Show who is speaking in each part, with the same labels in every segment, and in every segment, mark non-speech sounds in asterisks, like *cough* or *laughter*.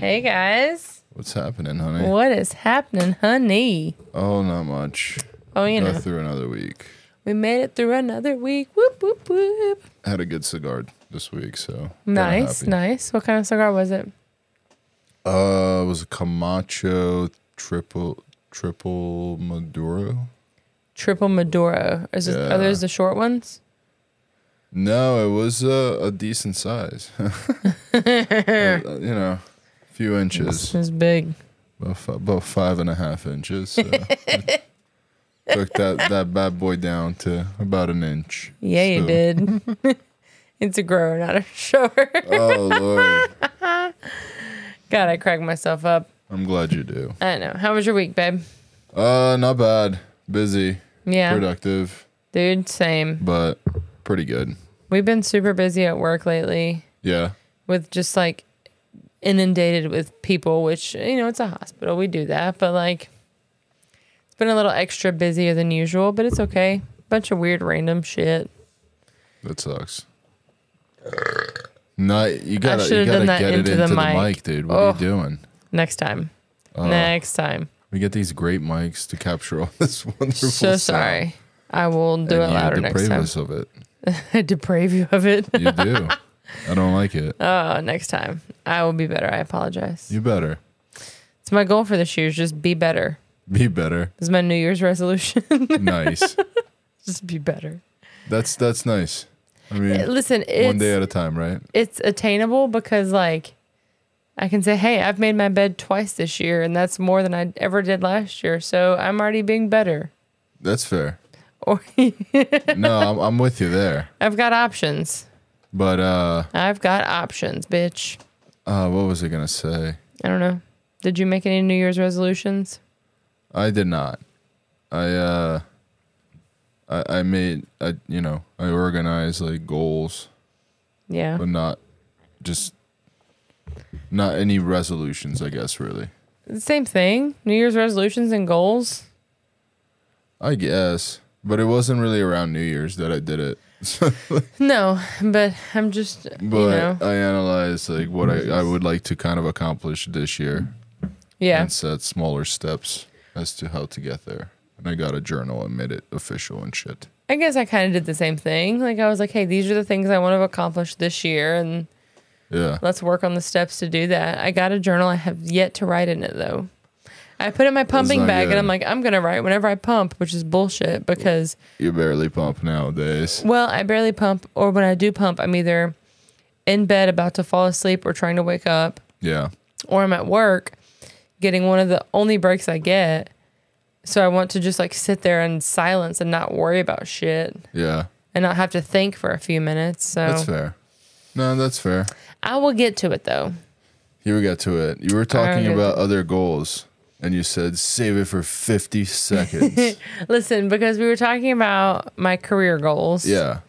Speaker 1: Hey guys,
Speaker 2: What's happening, honey?
Speaker 1: what is happening, honey?
Speaker 2: Oh, not much.
Speaker 1: Oh, you
Speaker 2: Go
Speaker 1: know,
Speaker 2: through another week.
Speaker 1: we made it through another week. Whoop whoop whoop.
Speaker 2: Had a good cigar this week, so kinda
Speaker 1: Nice,
Speaker 2: happy.
Speaker 1: nice. What kind of cigar was it?
Speaker 2: Uh, it was a Camacho triple triple Maduro.
Speaker 1: Triple Maduro. Is it,
Speaker 2: Yeah.
Speaker 1: Are those the short ones?
Speaker 2: No, it was a, a decent size. *laughs* Uh, you know, a few inches,
Speaker 1: It's big.
Speaker 2: about, fi- about five and a half inches.
Speaker 1: *laughs*
Speaker 2: So. Took that, that bad boy down to about an inch.
Speaker 1: Yeah, you
Speaker 2: So-
Speaker 1: did. *laughs* it's a grower, not a *laughs* shower.
Speaker 2: Oh, Lord.
Speaker 1: God, I cracked myself up.
Speaker 2: I'm glad you do.
Speaker 1: I know. How was your week, babe?
Speaker 2: Uh, not bad. Busy,
Speaker 1: Yeah,
Speaker 2: productive.
Speaker 1: dude. Same.
Speaker 2: but pretty good.
Speaker 1: We've been super busy at work lately.
Speaker 2: Yeah.
Speaker 1: with just like inundated with people, which you know it's a hospital. We do that, but like it's been a little extra busier than usual, but it's okay. Bunch of weird random shit.
Speaker 2: That sucks. No, you gotta you
Speaker 1: should've
Speaker 2: gotta
Speaker 1: done that
Speaker 2: get it
Speaker 1: into
Speaker 2: into
Speaker 1: the
Speaker 2: the, mic.
Speaker 1: mic.
Speaker 2: dude. What
Speaker 1: Oh.
Speaker 2: are you doing? Uh,
Speaker 1: Next time. Next time.
Speaker 2: We get these great mics to capture all *laughs* this wonderful.
Speaker 1: So
Speaker 2: sound,
Speaker 1: sorry. I will do
Speaker 2: and
Speaker 1: it louder
Speaker 2: you
Speaker 1: next
Speaker 2: deprave
Speaker 1: time.
Speaker 2: us of it.
Speaker 1: *laughs* I deprave you of it.
Speaker 2: You
Speaker 1: *laughs*
Speaker 2: do. I don't like it.
Speaker 1: Uh, next time. I will be better. I apologize.
Speaker 2: You better
Speaker 1: It's my goal for this year is just be better.
Speaker 2: be better.
Speaker 1: This is my New Year's resolution. *laughs*
Speaker 2: Nice.
Speaker 1: just be better.
Speaker 2: That's that's nice. I mean,
Speaker 1: Listen, it's
Speaker 2: one day at a time, right?
Speaker 1: it's attainable because like I can say, "Hey, I've made my bed twice this year, and that's more than I ever did last year. So I'm already being better." *laughs*
Speaker 2: That's fair.
Speaker 1: Or
Speaker 2: No, I'm, I'm with you there.
Speaker 1: I've got options.
Speaker 2: But uh,
Speaker 1: I've got options, bitch.
Speaker 2: uh, what was I gonna say?
Speaker 1: I don't know. Did you make any New Year's resolutions?
Speaker 2: I did not. I uh I, I made I you know, I organized like goals,
Speaker 1: Yeah.
Speaker 2: but not just not any resolutions, I guess really.
Speaker 1: Same thing. New Year's resolutions and goals.
Speaker 2: I guess. But it wasn't really around New Year's that I did it. *laughs* So,
Speaker 1: No, but I'm just
Speaker 2: but
Speaker 1: you know.
Speaker 2: I analyzed like what I, I would like to kind of accomplish this year
Speaker 1: Yeah.
Speaker 2: and set smaller steps as to how to get there. And I got a journal and made it official and shit.
Speaker 1: I guess I kind of did the same thing. Like I was like, "Hey, these are the things I want to accomplish this year," and
Speaker 2: Yeah.
Speaker 1: Let's work on the steps to do that. I got a journal. I have yet to write in it though. I put it in my pumping
Speaker 2: not
Speaker 1: bag
Speaker 2: good.
Speaker 1: and I'm like, I'm gonna write whenever I pump, which is bullshit because
Speaker 2: You barely pump nowadays.
Speaker 1: well, I barely pump or when I do pump, I'm either in bed about to fall asleep or trying to wake up,
Speaker 2: Yeah.
Speaker 1: or I'm at work getting one of the only breaks I get. So I want to just like sit there in silence and not worry about shit
Speaker 2: Yeah.
Speaker 1: and not have to think for a few minutes.
Speaker 2: That's
Speaker 1: So
Speaker 2: fair. No, that's fair.
Speaker 1: I will get to it though.
Speaker 2: Here we got to it. You were talking
Speaker 1: get
Speaker 2: about other goals, and you said save it for 50
Speaker 1: *laughs*
Speaker 2: seconds.
Speaker 1: Listen, because we were talking about my career goals.
Speaker 2: yeah.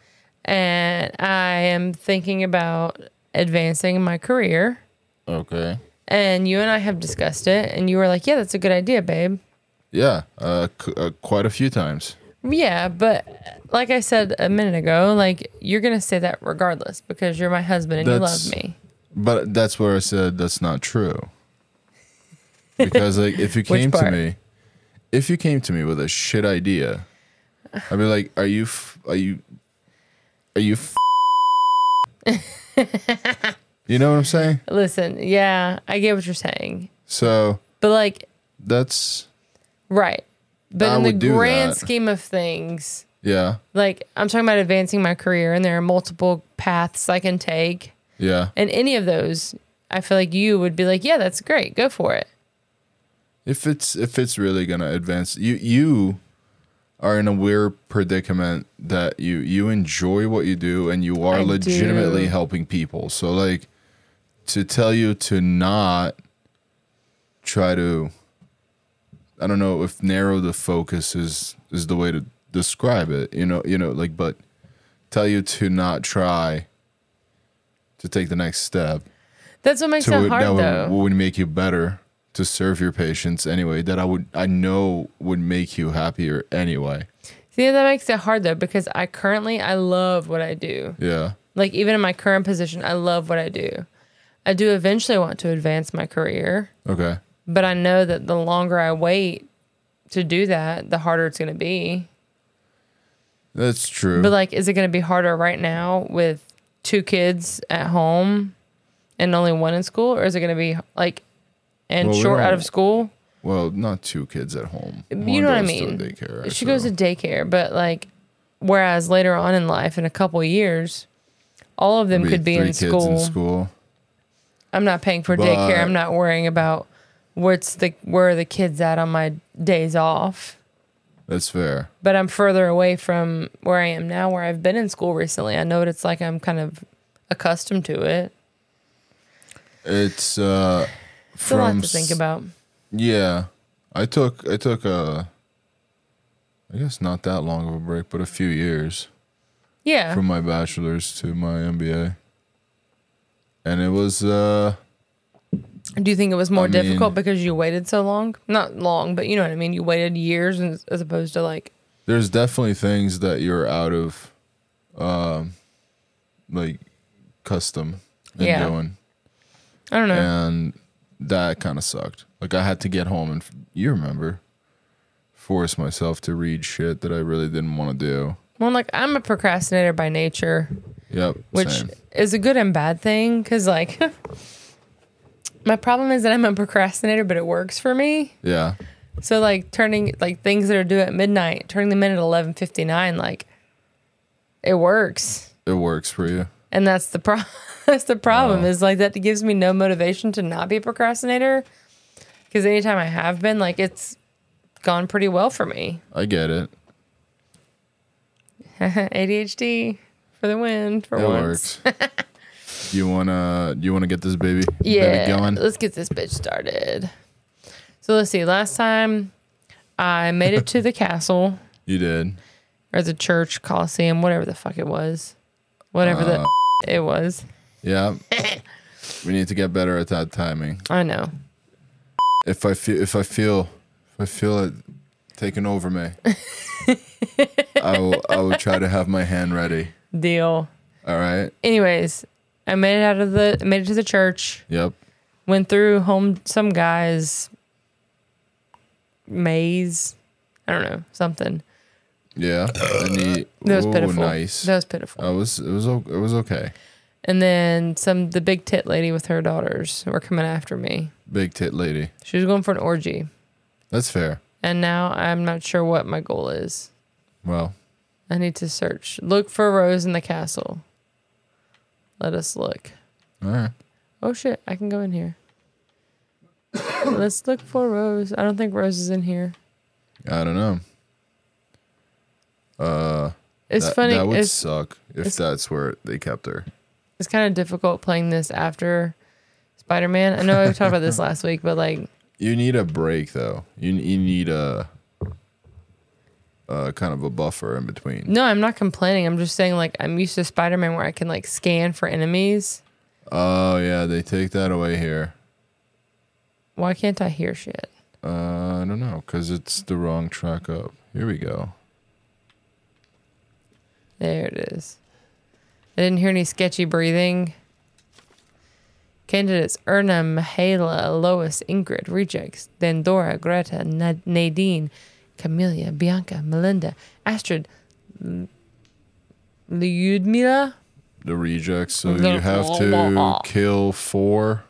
Speaker 1: and I am thinking about advancing my career.
Speaker 2: Okay.
Speaker 1: And you and I have discussed it, and you were like, "Yeah, that's a good idea, babe."
Speaker 2: Yeah. Uh, c- uh, quite a few times.
Speaker 1: Yeah, but like I said a minute ago, like you're gonna say that regardless because you're my husband and
Speaker 2: That's-
Speaker 1: you love me.
Speaker 2: But that's where I said that's not true. Because like if you
Speaker 1: *laughs* Which
Speaker 2: came to
Speaker 1: part?
Speaker 2: me, if you came to me with a shit idea, I'd be like, "Are you? F- are you? Are you?"
Speaker 1: *laughs*
Speaker 2: F-? you know what I'm saying?
Speaker 1: Listen, yeah, I get what you're saying,
Speaker 2: So
Speaker 1: but like,
Speaker 2: that's
Speaker 1: right? But
Speaker 2: I
Speaker 1: in the
Speaker 2: would do
Speaker 1: grand
Speaker 2: that.
Speaker 1: scheme of things,
Speaker 2: yeah,
Speaker 1: like I'm talking about advancing my career, and there are multiple paths I can take,
Speaker 2: yeah.
Speaker 1: and any of those, I feel like you would be like, "Yeah, that's great, go for it."
Speaker 2: If it's if it's really gonna advance you you are in a weird predicament that you you enjoy what you do and you are
Speaker 1: I
Speaker 2: legitimately
Speaker 1: do.
Speaker 2: helping people. So like to tell you to not try to I don't know if narrow the focus is is the way to describe it, you know, you know, like but tell you to not try to take the next step
Speaker 1: That's what makes
Speaker 2: to
Speaker 1: it hard
Speaker 2: that would,
Speaker 1: though.
Speaker 2: would make you better to serve your patients anyway that i would i know would make you happier anyway
Speaker 1: See, that makes it hard though because I currently I love what I do.
Speaker 2: yeah
Speaker 1: Like even in my current position, I love what I do. I do eventually want to advance my career,
Speaker 2: Okay.
Speaker 1: but I know that the longer I wait to do that, the harder it's going to be.
Speaker 2: That's true.
Speaker 1: But like, is it going to be harder right now with two kids at home and only one in school, or is it going to be like and
Speaker 2: Well, we
Speaker 1: short out
Speaker 2: don't-
Speaker 1: of school?
Speaker 2: well, not two kids at home.
Speaker 1: You
Speaker 2: One
Speaker 1: know what I
Speaker 2: goes to a
Speaker 1: mean.
Speaker 2: Daycare,
Speaker 1: she goes
Speaker 2: so-
Speaker 1: to daycare, but like, whereas later on in life, in a couple years, all of them could be
Speaker 2: three
Speaker 1: in
Speaker 2: kids
Speaker 1: school.
Speaker 2: in school.
Speaker 1: I'm not paying for
Speaker 2: But-
Speaker 1: daycare. I'm not worrying about what's the where are the kids at on my days off.
Speaker 2: That's fair.
Speaker 1: But I'm further away from where I am now, where I've been in school recently. I know what it's like. I'm kind of accustomed to it.
Speaker 2: It's uh
Speaker 1: It's a lot
Speaker 2: from
Speaker 1: to think
Speaker 2: s-
Speaker 1: about.
Speaker 2: Yeah. I took I took a I guess not that long of a break, but a few years
Speaker 1: Yeah,
Speaker 2: from my bachelor's to my MBA. And it was uh
Speaker 1: do you think it was more
Speaker 2: I mean-
Speaker 1: difficult because you waited so long? Not long, but you know what I mean. You waited years, and, as opposed to like,
Speaker 2: there's definitely things that you're out of um like custom and
Speaker 1: Yeah.
Speaker 2: doing.
Speaker 1: I don't know.
Speaker 2: And that kind of sucked. Like I had to get home and f- you remember force myself to read shit that I really didn't want to do.
Speaker 1: Well, like I'm a procrastinator by nature,
Speaker 2: Yep.
Speaker 1: which
Speaker 2: same.
Speaker 1: is a good and bad thing because like *laughs* my problem is that I'm a procrastinator, but it works for me.
Speaker 2: Yeah.
Speaker 1: So like turning like things that are due at midnight, turning them in at eleven fifty nine, like it works,
Speaker 2: It works for you.
Speaker 1: and that's the pro- *laughs* that's the problem is like that gives me no motivation to not be a procrastinator because anytime I have been, like it's gone pretty well for me. *laughs*
Speaker 2: I get it.
Speaker 1: ADHD for the win for
Speaker 2: It
Speaker 1: once.
Speaker 2: works. *laughs* you wanna you wanna get this baby
Speaker 1: Yeah.
Speaker 2: baby going?
Speaker 1: Let's get this bitch started. So let's see. Last time I made it to the castle
Speaker 2: You did.
Speaker 1: or the church, Coliseum, whatever the fuck it was. Whatever
Speaker 2: Uh,
Speaker 1: the *laughs* it was.
Speaker 2: Yeah. *laughs* we need to get better at that timing.
Speaker 1: I know.
Speaker 2: If I feel if I feel if I feel it taking
Speaker 1: *laughs*
Speaker 2: over me, I will I will try to have my hand ready.
Speaker 1: Deal.
Speaker 2: All right.
Speaker 1: Anyways, I made it out of the made it to the church.
Speaker 2: Yep.
Speaker 1: Went through home some guy's maze. I don't know, something.
Speaker 2: Yeah. And he,
Speaker 1: That was
Speaker 2: ooh,
Speaker 1: pitiful.
Speaker 2: nice.
Speaker 1: That was pitiful.
Speaker 2: I was it was o- it was okay.
Speaker 1: And then some the big tit lady with her daughters were coming after me.
Speaker 2: Big tit lady.
Speaker 1: She was going for an orgy.
Speaker 2: That's fair.
Speaker 1: And now I'm not sure what my goal is.
Speaker 2: Well,
Speaker 1: I need to search. Look for Rose in the castle. Let us look.
Speaker 2: all right.
Speaker 1: Oh shit, I can go in here. *coughs* Let's look for Rose. I don't think Rose is in here.
Speaker 2: I don't know. Uh
Speaker 1: It's
Speaker 2: that,
Speaker 1: funny.
Speaker 2: That would
Speaker 1: it's
Speaker 2: suck if
Speaker 1: it's-
Speaker 2: that's where they kept her.
Speaker 1: it's kind of difficult playing this after Spider Man. I know I talked about
Speaker 2: *laughs*
Speaker 1: this last week, but like,
Speaker 2: You need a break though. You you need a, a kind of a buffer in between.
Speaker 1: no, I'm not complaining. I'm just saying, like, I'm used to Spider Man where I can like scan for enemies.
Speaker 2: Oh yeah, they take that away here.
Speaker 1: Why can't I hear shit?
Speaker 2: Uh, I don't know, cause it's the wrong track up. Here we go.
Speaker 1: There it is. I didn't hear any sketchy breathing. Candidates Erna, Mihaela, Lois, Ingrid, Rejects, Dandora, Greta, Na- Nadine, Camelia, Bianca, Melinda, Astrid, L- Lyudmila.
Speaker 2: The rejects. So
Speaker 1: The-
Speaker 2: you have to kill four.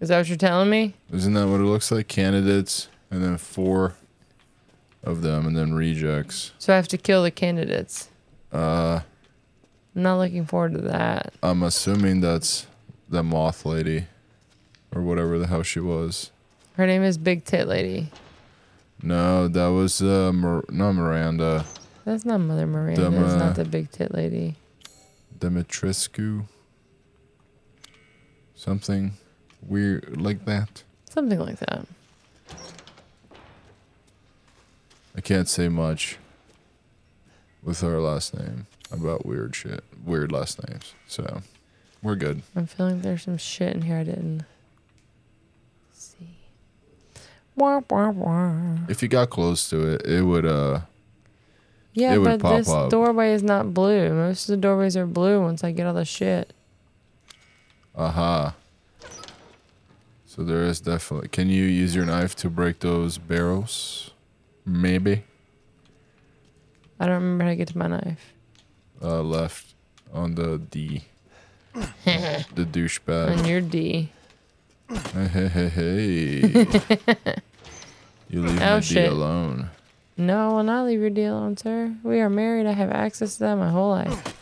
Speaker 1: Is that what you're telling me?
Speaker 2: Isn't that what it looks like? Candidates, and then four of them, and then rejects.
Speaker 1: So I have to kill the candidates. Uh, I'm not looking forward to that.
Speaker 2: I'm assuming that's the moth lady, or whatever the hell she was.
Speaker 1: Her name is Big Tit Lady.
Speaker 2: No, that was uh, Mir- not Miranda
Speaker 1: That's not Mother Miranda.
Speaker 2: Them,
Speaker 1: That's
Speaker 2: uh,
Speaker 1: not the Big Tit Lady.
Speaker 2: Demetrescu. Something weird like that.
Speaker 1: Something like that.
Speaker 2: I can't say much with her last name about weird shit, weird last names. So we're good.
Speaker 1: I'm feeling there's some shit in here I didn't see. Wah, wah, wah.
Speaker 2: If you got close to it, it would uh
Speaker 1: Yeah,
Speaker 2: It
Speaker 1: but
Speaker 2: would pop
Speaker 1: this
Speaker 2: up.
Speaker 1: doorway is not blue. Most of the doorways are blue once I get all the shit.
Speaker 2: Aha. So there is definitely. Can you use your knife to break those barrels? Maybe.
Speaker 1: I don't remember how to get to my knife.
Speaker 2: Uh, left on the
Speaker 1: *laughs*
Speaker 2: D. the douchebag.
Speaker 1: On *laughs* your D.
Speaker 2: Hey, hey, hey, hey.
Speaker 1: *laughs*
Speaker 2: you leave
Speaker 1: Oh,
Speaker 2: my D
Speaker 1: shit.
Speaker 2: alone.
Speaker 1: No, I will not leave your D alone, sir. We are married. I have access to that my whole life.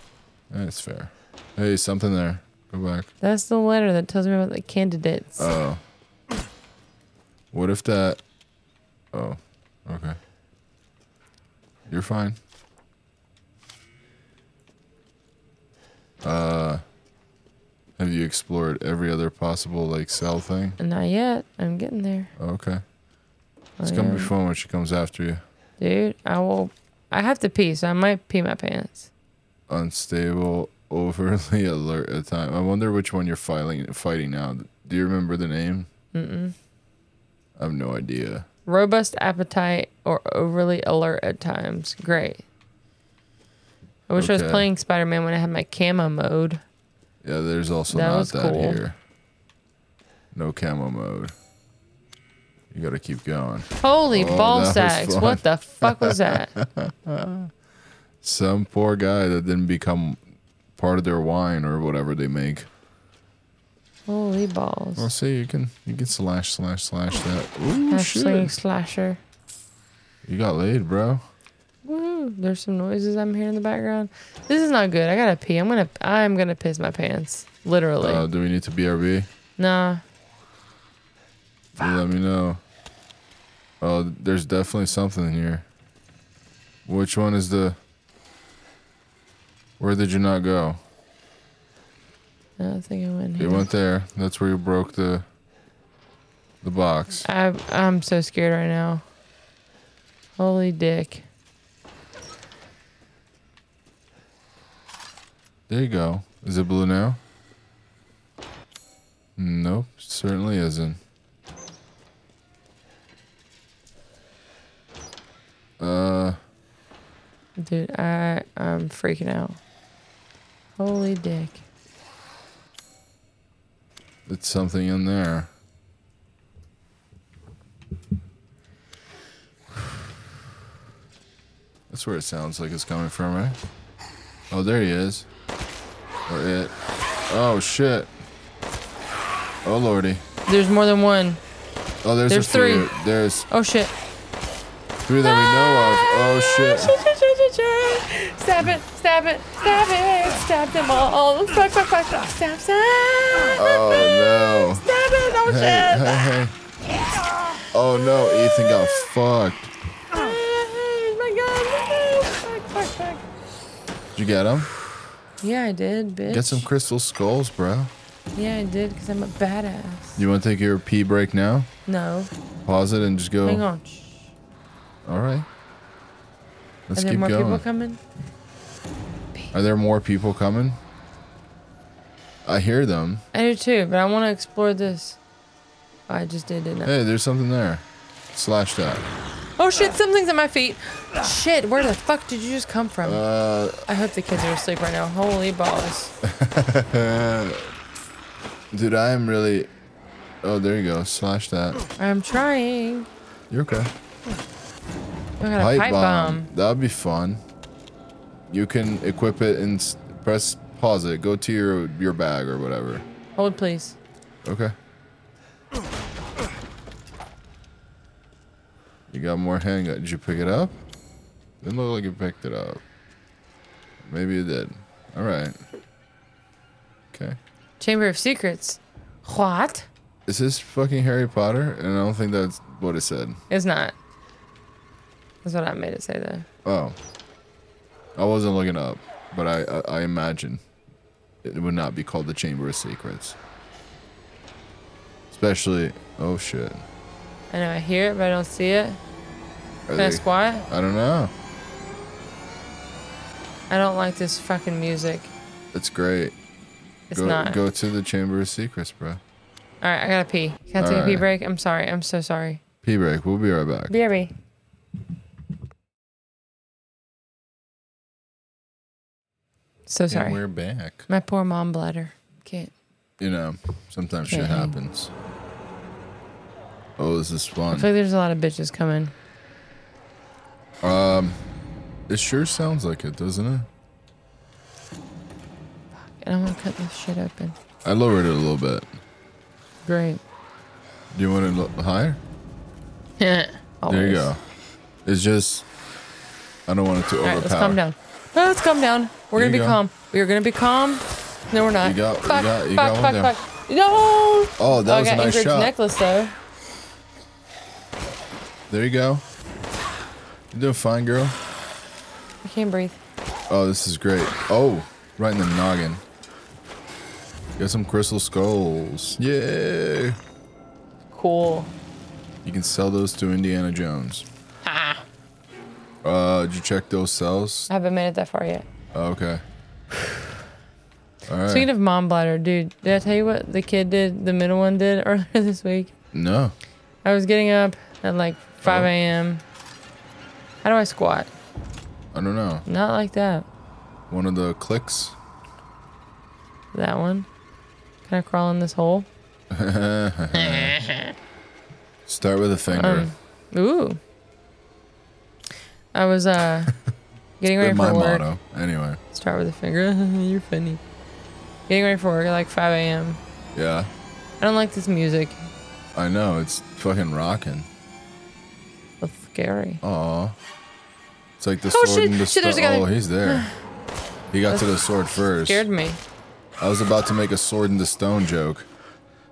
Speaker 2: That's fair. Hey, something there. Go back.
Speaker 1: That's the letter that tells me about the candidates.
Speaker 2: Oh. What if that? Oh, okay. You're fine. Uh, have you explored every other possible like cell thing?
Speaker 1: Not yet. I'm getting there.
Speaker 2: Okay, it's
Speaker 1: I
Speaker 2: gonna
Speaker 1: am.
Speaker 2: be fun when she comes after you.
Speaker 1: Dude, I will. I have to pee, so I might pee my pants.
Speaker 2: Unstable, *laughs* overly alert at time. I wonder which one you're filing fighting now. Do you remember the name?
Speaker 1: Mm-mm.
Speaker 2: I have no idea.
Speaker 1: Robust appetite or overly alert at times. Great. I wish I
Speaker 2: Okay.
Speaker 1: was playing Spider Man when I had my camo mode.
Speaker 2: Yeah, there's also
Speaker 1: That
Speaker 2: not
Speaker 1: was
Speaker 2: that
Speaker 1: cool.
Speaker 2: here. No camo mode. You gotta keep going.
Speaker 1: Holy
Speaker 2: Oh,
Speaker 1: ball
Speaker 2: that was
Speaker 1: sacks.
Speaker 2: fun.
Speaker 1: What the fuck
Speaker 2: *laughs*
Speaker 1: was that?
Speaker 2: Some poor guy that didn't become part of their wine or whatever they make.
Speaker 1: Holy
Speaker 2: Well,
Speaker 1: balls.
Speaker 2: see, you can you can slash slash slash that. Ooh,
Speaker 1: Slash, sling,
Speaker 2: shit.
Speaker 1: slasher.
Speaker 2: You got laid, bro.
Speaker 1: Woo! There's some noises I'm hearing in the background. This is not good. I gotta pee. I'm gonna. I'm gonna piss my pants. Literally.
Speaker 2: Uh, do we need to BRB?
Speaker 1: nah.
Speaker 2: You let me know. Oh, there's definitely something here. Which one is the? Where did you not go?
Speaker 1: I don't think I went
Speaker 2: You
Speaker 1: here.
Speaker 2: went there. That's where you broke the the box.
Speaker 1: I, I'm so scared right now. Holy dick.
Speaker 2: There you go. Is it blue now? Nope, certainly isn't. Uh,
Speaker 1: Dude, I, I'm freaking out. Holy dick.
Speaker 2: it's something in there. That's where it sounds like it's coming from, right? Oh, there he is. Or it. Oh, shit. Oh, lordy.
Speaker 1: There's more than one.
Speaker 2: Oh, there's,
Speaker 1: There's
Speaker 2: a
Speaker 1: three.
Speaker 2: few. There's
Speaker 1: Oh shit.
Speaker 2: three that we know of. Oh, shit.
Speaker 1: Stab it, stab it, stab it, stab them all. Fuck, fuck, fuck, fuck. Stab, stab.
Speaker 2: Oh, no.
Speaker 1: *laughs* Stab it, oh
Speaker 2: Hey,
Speaker 1: shit.
Speaker 2: hey, hey. Oh no, Ethan got fucked.
Speaker 1: Ah,
Speaker 2: Did you get him?
Speaker 1: Yeah, I did, bitch.
Speaker 2: Get some crystal skulls, bro.
Speaker 1: Yeah, I did, because I'm a badass.
Speaker 2: You want to take your pee break now?
Speaker 1: No.
Speaker 2: Pause it and just go.
Speaker 1: Hang on. Shh.
Speaker 2: All right.
Speaker 1: Are
Speaker 2: Let's
Speaker 1: there
Speaker 2: keep
Speaker 1: more people
Speaker 2: going.
Speaker 1: coming?
Speaker 2: Are there more people coming? I hear them.
Speaker 1: I do too, but I want to explore this. I just did, didn't I?
Speaker 2: Hey, there's something there. Slash that.
Speaker 1: Oh shit, something's at my feet. Shit, where the fuck did you just come from?
Speaker 2: Uh,
Speaker 1: I hope the kids are asleep right now. Holy balls.
Speaker 2: dude, I am really. Oh, there you go. Slash that.
Speaker 1: I'm trying.
Speaker 2: You're okay.
Speaker 1: I got a pipe, bomb.
Speaker 2: That would be fun. You can equip it and s- press pause it. Go to your your bag or whatever.
Speaker 1: Hold, please.
Speaker 2: Okay. You got more handgun. Did you pick it up? Didn't look like you picked it up. Maybe you did. All right. Okay.
Speaker 1: Chamber of Secrets. What?
Speaker 2: Is this fucking Harry Potter? And I don't think that's what it said.
Speaker 1: It's not. That's what I made it say though.
Speaker 2: Oh. I wasn't looking up, but I, I, I imagine it would not be called the Chamber of Secrets. Especially, oh shit.
Speaker 1: I know I hear it, but I don't see it.
Speaker 2: Are
Speaker 1: Can I
Speaker 2: they,
Speaker 1: squat?
Speaker 2: I don't know.
Speaker 1: I don't like this fucking music.
Speaker 2: It's great.
Speaker 1: It's
Speaker 2: go,
Speaker 1: not.
Speaker 2: go to the Chamber of Secrets, bro.
Speaker 1: All right, I gotta pee. Can I take a pee
Speaker 2: Alright.
Speaker 1: break? I'm sorry. I'm so sorry.
Speaker 2: Pee break. We'll be right back.
Speaker 1: BRB. So
Speaker 2: And
Speaker 1: sorry.
Speaker 2: we're back.
Speaker 1: My poor mom bladder. Can't
Speaker 2: you know, sometimes
Speaker 1: Can't
Speaker 2: shit
Speaker 1: hang.
Speaker 2: happens. Oh, this is
Speaker 1: I
Speaker 2: fun.
Speaker 1: feel like there's a lot of bitches coming.
Speaker 2: It sure sounds like it, doesn't it?
Speaker 1: And I want to cut this shit open.
Speaker 2: I lowered it a little bit.
Speaker 1: Great.
Speaker 2: Do you want it lo- higher? *laughs* There
Speaker 1: Always.
Speaker 2: you go. It's just I don't want it to
Speaker 1: All
Speaker 2: overpower.
Speaker 1: right, let's calm down. No, let's calm down. We're
Speaker 2: There
Speaker 1: gonna be
Speaker 2: you go.
Speaker 1: calm. We are gonna be calm. No, we're not.
Speaker 2: You got- you
Speaker 1: fuck,
Speaker 2: got- you
Speaker 1: fuck,
Speaker 2: got one
Speaker 1: fuck,
Speaker 2: there.
Speaker 1: fuck. No.
Speaker 2: Oh, that
Speaker 1: I
Speaker 2: was a
Speaker 1: got
Speaker 2: nice
Speaker 1: Ingrid's
Speaker 2: shot.
Speaker 1: necklace though.
Speaker 2: There you go. You're doing fine, girl.
Speaker 1: I can't breathe.
Speaker 2: Oh, this is great. Oh, right in the noggin. Got some crystal skulls. Yeah.
Speaker 1: Cool.
Speaker 2: You can sell those to Indiana
Speaker 1: *laughs*
Speaker 2: Jones.
Speaker 1: Ah,
Speaker 2: Uh, did you check those cells?
Speaker 1: I haven't made it that far yet.
Speaker 2: Oh, okay. All right.
Speaker 1: Speaking of mom bladder, dude, did I tell you what the kid did? The middle one did *laughs* earlier this week.
Speaker 2: no.
Speaker 1: I was getting up at like 5
Speaker 2: Oh.
Speaker 1: a.m. How do I squat?
Speaker 2: I don't know.
Speaker 1: Not like that.
Speaker 2: One of the clicks.
Speaker 1: That one. Can I crawl in this hole?
Speaker 2: Start with a finger.
Speaker 1: Um, Ooh. I was
Speaker 2: *laughs*
Speaker 1: uh getting ready
Speaker 2: That's my
Speaker 1: for work.
Speaker 2: motto. Anyway.
Speaker 1: Start with a finger. *laughs* You're funny. Getting ready for work at like 5 a.m.
Speaker 2: Yeah.
Speaker 1: I don't like this music.
Speaker 2: I know. It's fucking rocking.
Speaker 1: It's scary.
Speaker 2: Aw. It's like the
Speaker 1: Oh,
Speaker 2: sword
Speaker 1: shit,
Speaker 2: and the
Speaker 1: shit, there's a
Speaker 2: star-
Speaker 1: guy.
Speaker 2: Oh, he's there. He got to the sword first.
Speaker 1: Scared me.
Speaker 2: I was about to make a sword into stone joke.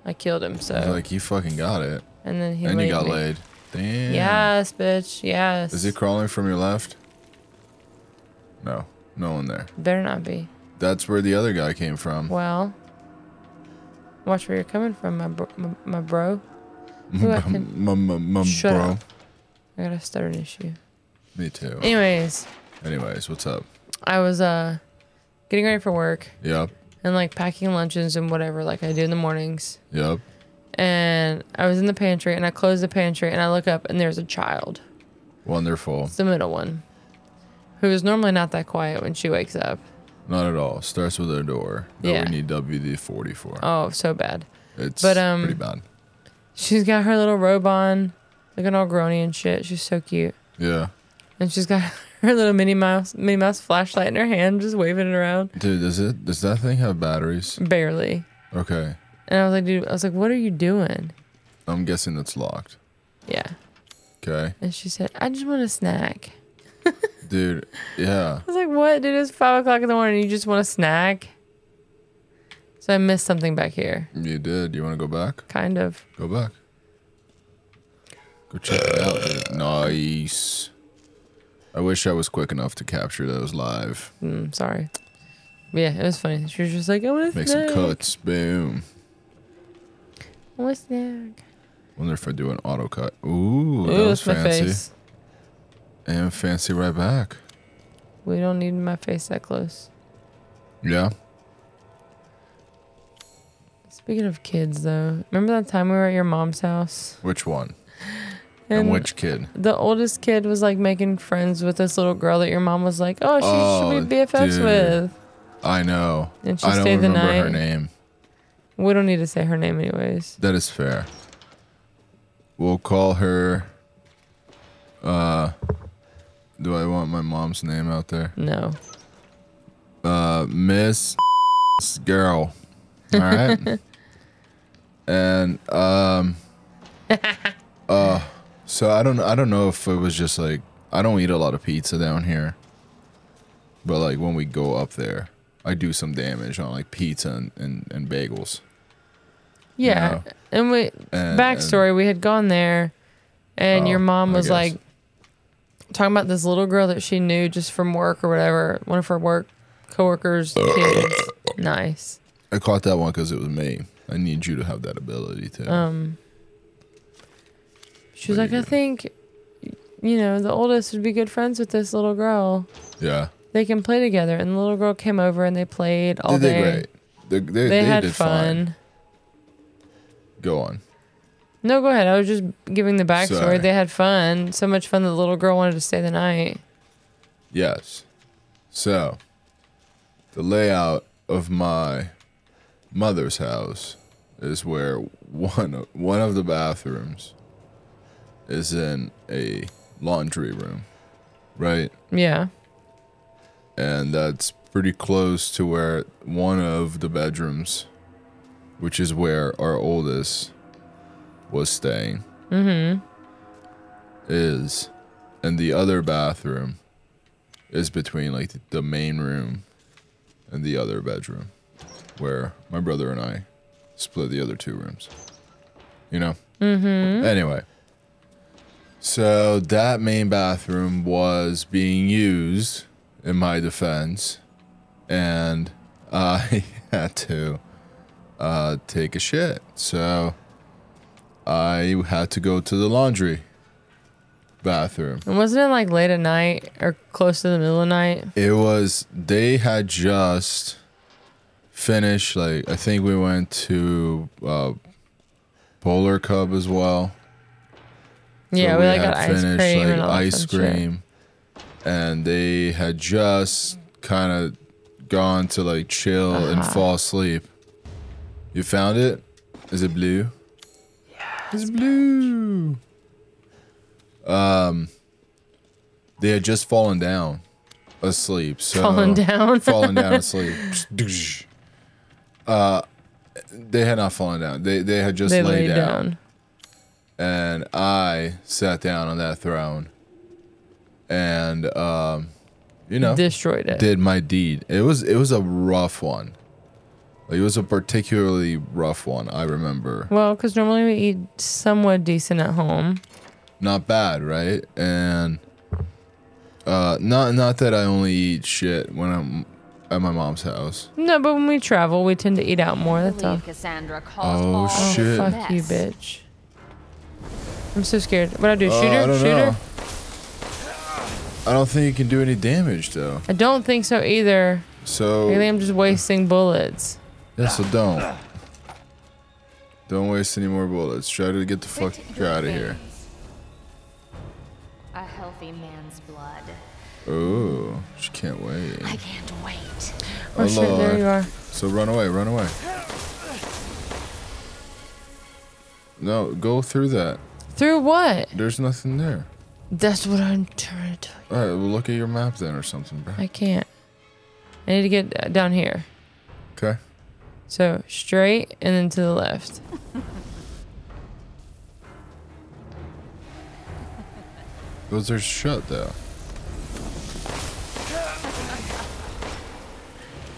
Speaker 1: I killed him. So
Speaker 2: I was like, you fucking got it.
Speaker 1: and then he
Speaker 2: and
Speaker 1: laid
Speaker 2: you got
Speaker 1: me.
Speaker 2: laid. Damn.
Speaker 1: Yes, bitch. Yes.
Speaker 2: Is he crawling from your left? No. No one there.
Speaker 1: Better not be.
Speaker 2: That's where the other guy came from. *laughs*
Speaker 1: Well, watch where you're coming from, my bro. My, my bro. Ooh, I, can,
Speaker 2: Um, Mum,
Speaker 1: Shut
Speaker 2: bro.
Speaker 1: up. I got a stern issue.
Speaker 2: Me too.
Speaker 1: Anyways,
Speaker 2: Anyways, what's up?
Speaker 1: I was uh getting ready for work
Speaker 2: Yep.
Speaker 1: and like packing lunches and whatever, like I do in the mornings.
Speaker 2: Yep.
Speaker 1: And I was in the pantry and I closed the pantry and I look up and there's a child.
Speaker 2: Wonderful.
Speaker 1: It's the middle one, who is normally not that quiet when she wakes up.
Speaker 2: Not at all. Starts with a door that
Speaker 1: Yeah.
Speaker 2: we need WD 40 for.
Speaker 1: Oh, so bad.
Speaker 2: it's
Speaker 1: but, um,
Speaker 2: pretty bad.
Speaker 1: She's got her little robe on, looking all groany and shit. She's so cute.
Speaker 2: Yeah.
Speaker 1: And she's got *laughs* her little Minnie Mouse Minnie Mouse flashlight in her hand, just waving it around.
Speaker 2: Dude, does it does that thing have batteries?
Speaker 1: Barely.
Speaker 2: Okay.
Speaker 1: And I was like, dude, I was like, what are you doing?
Speaker 2: I'm guessing that's locked.
Speaker 1: Yeah.
Speaker 2: Okay.
Speaker 1: And she said, I just want a snack.
Speaker 2: Dude, yeah.
Speaker 1: I was like, what, dude? It's five o'clock in the morning. You just want a snack? So I missed something back here.
Speaker 2: You did. You want to go back?
Speaker 1: Kind of.
Speaker 2: Go back. Go check it out. dude. Nice. I wish I was quick enough to capture those live.
Speaker 1: Mm, sorry. Yeah, it was funny. She was just like, I want a
Speaker 2: Make some
Speaker 1: snack.
Speaker 2: cuts. Boom.
Speaker 1: I want a snack.
Speaker 2: Wonder if I do an auto cut. Ooh, that
Speaker 1: Ooh,
Speaker 2: was
Speaker 1: that's my
Speaker 2: fancy.
Speaker 1: face.
Speaker 2: And fancy right back.
Speaker 1: We don't need my face that close.
Speaker 2: Yeah.
Speaker 1: Speaking of kids, though, remember that time we were at your mom's house?
Speaker 2: Which one? And, which kid?
Speaker 1: the oldest kid was like making friends with this little girl that your mom was like, "Oh, she should be
Speaker 2: Oh,
Speaker 1: BFFs
Speaker 2: dude.
Speaker 1: with."
Speaker 2: I know.
Speaker 1: And she
Speaker 2: I don't
Speaker 1: stayed the
Speaker 2: remember her
Speaker 1: night.
Speaker 2: name.
Speaker 1: We don't need to say her name, anyways.
Speaker 2: That is fair. We'll call her. Uh, do I want my mom's name out there?
Speaker 1: No,
Speaker 2: Uh, Miss Girl. All right. and um, uh, so I don't I don't know if it was just like I don't eat a lot of pizza down here, but like when we go up there, I do some damage on like pizza and and, and bagels.
Speaker 1: yeah.
Speaker 2: No.
Speaker 1: And we
Speaker 2: And,
Speaker 1: backstory: we had gone there, and
Speaker 2: Oh,
Speaker 1: your mom
Speaker 2: I
Speaker 1: was
Speaker 2: guess.
Speaker 1: like talking about this little girl that she knew just from work or whatever, one of her work coworkers'
Speaker 2: *coughs*
Speaker 1: kids. Nice.
Speaker 2: I caught that one because it was me. I need you to have that ability too.
Speaker 1: um she was
Speaker 2: What
Speaker 1: like
Speaker 2: do you
Speaker 1: i
Speaker 2: do?
Speaker 1: think you know the oldest would be good friends with this little girl
Speaker 2: yeah,
Speaker 1: they can play together and the little girl came over and they played all
Speaker 2: they did
Speaker 1: day
Speaker 2: great. They, they,
Speaker 1: they,
Speaker 2: they
Speaker 1: had
Speaker 2: did
Speaker 1: fun
Speaker 2: fine. Go on.
Speaker 1: no go ahead i was just giving the backstory
Speaker 2: Sorry.
Speaker 1: they had fun so much fun that the little girl wanted to stay the night
Speaker 2: Yes. So, the layout of my mother's house is where one of, one of the bathrooms is in a laundry room, right?
Speaker 1: Yeah.
Speaker 2: And that's pretty close to where one of the bedrooms, which is where our oldest was staying, mm-hmm. is, and the other bathroom is between like the main room and the other bedroom, where my brother and I split the other two rooms. You know. Mm-hmm. Anyway. So that main bathroom was being used in my defense, and *laughs* I had to uh, take a shit. So I had to go to the laundry bathroom.
Speaker 1: And wasn't it like late at night or close to the middle of the night?
Speaker 2: It was they had just finished like I think we went to uh Polar Cub as well. So
Speaker 1: yeah, we, like got ice cream
Speaker 2: like,
Speaker 1: and all that
Speaker 2: ice
Speaker 1: fun shit. *laughs*
Speaker 2: cream. And they had just kind of gone to like chill and
Speaker 1: Uh-huh.
Speaker 2: fall asleep. You found it? Is it blue? It's blue. Um they had just fallen down asleep. So
Speaker 1: Falling down.
Speaker 2: *laughs* fallen down asleep. Just Uh they had not fallen down. They they had
Speaker 1: *laughs*
Speaker 2: just
Speaker 1: They
Speaker 2: laid
Speaker 1: lay down.
Speaker 2: down and I sat down on that throne and um you know
Speaker 1: destroyed it.
Speaker 2: did my deed. It was it was a rough one. Like it was a particularly rough one, I remember.
Speaker 1: well, because normally we eat somewhat decent at home.
Speaker 2: Not bad, right? And uh not not that I only eat shit when I'm at my mom's house.
Speaker 1: No, but when we travel, we tend to eat out more. That's all.
Speaker 3: believe Cassandra caused
Speaker 2: Oh,
Speaker 3: all
Speaker 1: Oh,
Speaker 2: shit.
Speaker 3: the
Speaker 1: fuck you,
Speaker 3: mess.
Speaker 1: bitch. I'm so scared. What I do? Shoot
Speaker 2: Uh, I
Speaker 1: her?
Speaker 2: don't
Speaker 1: Shoot her?
Speaker 2: know. I don't think you can do any damage though.
Speaker 1: I don't think so either.
Speaker 2: So
Speaker 1: Really, I'm just wasting bullets.
Speaker 2: Yeah, so don't. Don't waste any more bullets. Try to get the fuck
Speaker 3: Fit your
Speaker 2: out of here.
Speaker 3: veins. A healthy man's blood.
Speaker 2: Oh, she can't wait.
Speaker 3: I can't wait.
Speaker 1: Oh, shit, there
Speaker 2: Lord.
Speaker 1: you are.
Speaker 2: So run away, run away. No, go through that.
Speaker 1: Through what?
Speaker 2: There's nothing there.
Speaker 1: That's what I'm trying to tell you.
Speaker 2: All right, well, look at your map then or something, bro.
Speaker 1: I can't. I need to get uh, down here.
Speaker 2: Okay.
Speaker 1: So straight and then to the left.
Speaker 2: Those are shut, though.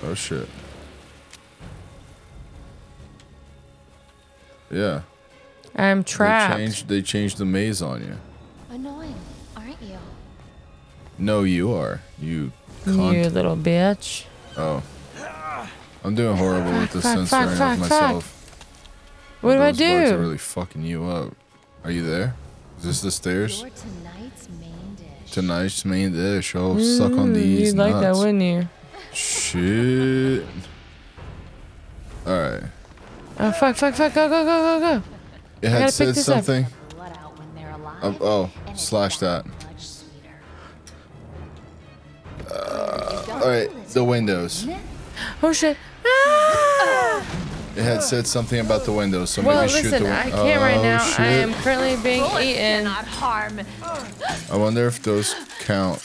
Speaker 2: Oh, shit. Yeah.
Speaker 1: I'm trapped.
Speaker 2: They changed, they changed the maze on you.
Speaker 3: Annoying, aren't you?
Speaker 2: No, you are. You
Speaker 1: You
Speaker 2: cunt.
Speaker 1: little bitch.
Speaker 2: Oh. I'm doing horrible with the
Speaker 1: Fuck, fuck,
Speaker 2: censoring
Speaker 1: fuck, fuck,
Speaker 2: of myself.
Speaker 1: What do I
Speaker 2: Those
Speaker 1: do?
Speaker 2: words are really fucking you up. Are you there? Is this the stairs?
Speaker 3: You're tonight's main dish.
Speaker 2: Tonight's main dish. Oh, suck on
Speaker 1: Ooh,
Speaker 2: these
Speaker 1: Mm, You'd like that,
Speaker 2: nuts.
Speaker 1: wouldn't you?
Speaker 2: Shit. All right.
Speaker 1: Oh fuck! Fuck! Fuck! Go! Go! Go! Go! Go!
Speaker 2: It
Speaker 1: gotta
Speaker 2: had
Speaker 1: pick
Speaker 2: said
Speaker 1: this up.
Speaker 2: something.
Speaker 3: Blood out when they're alive.
Speaker 2: Um, oh,
Speaker 3: and it's
Speaker 2: slash that.
Speaker 3: Much sweeter.
Speaker 2: All right, the windows.
Speaker 1: Oh shit! Ah!
Speaker 2: It had said something about the windows, so
Speaker 1: Well,
Speaker 2: maybe shoot
Speaker 1: listen,
Speaker 2: the Oh,
Speaker 1: I
Speaker 2: windows.
Speaker 1: can't right now.
Speaker 2: Shit.
Speaker 1: I am currently being
Speaker 3: Bullets
Speaker 1: eaten.
Speaker 3: cannot harm.
Speaker 2: I wonder if those count.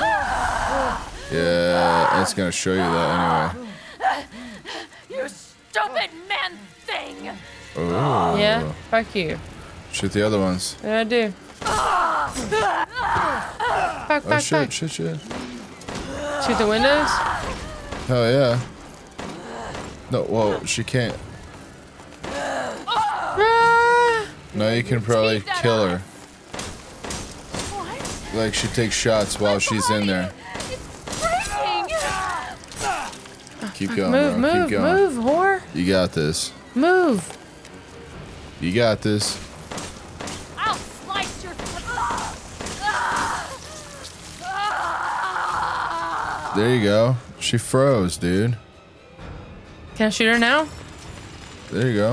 Speaker 2: Yeah, it's gonna show you that anyway.
Speaker 3: You stupid man thing.
Speaker 2: Oh,
Speaker 1: Yeah. Fuck you.
Speaker 2: Shoot the other ones.
Speaker 1: What do I do? Fuck!
Speaker 2: Oh
Speaker 1: Fuck!
Speaker 2: shit,
Speaker 1: Fuck!
Speaker 2: shit, shit.
Speaker 1: Shoot the windows.
Speaker 2: Hell yeah. No, whoa, she can't.
Speaker 1: Ah!
Speaker 2: Now you can probably kill her.
Speaker 3: What?
Speaker 2: Like she takes shots while she's in there.
Speaker 3: It's breaking.
Speaker 2: Keep going,
Speaker 1: Move!
Speaker 2: bro.
Speaker 1: Move!
Speaker 2: Keep going.
Speaker 1: Move! Whore!
Speaker 2: You got this.
Speaker 1: Move!
Speaker 2: You got this.
Speaker 3: I'll slice your.
Speaker 2: There you go. She froze, dude.
Speaker 1: Can I shoot her now?
Speaker 2: There you go.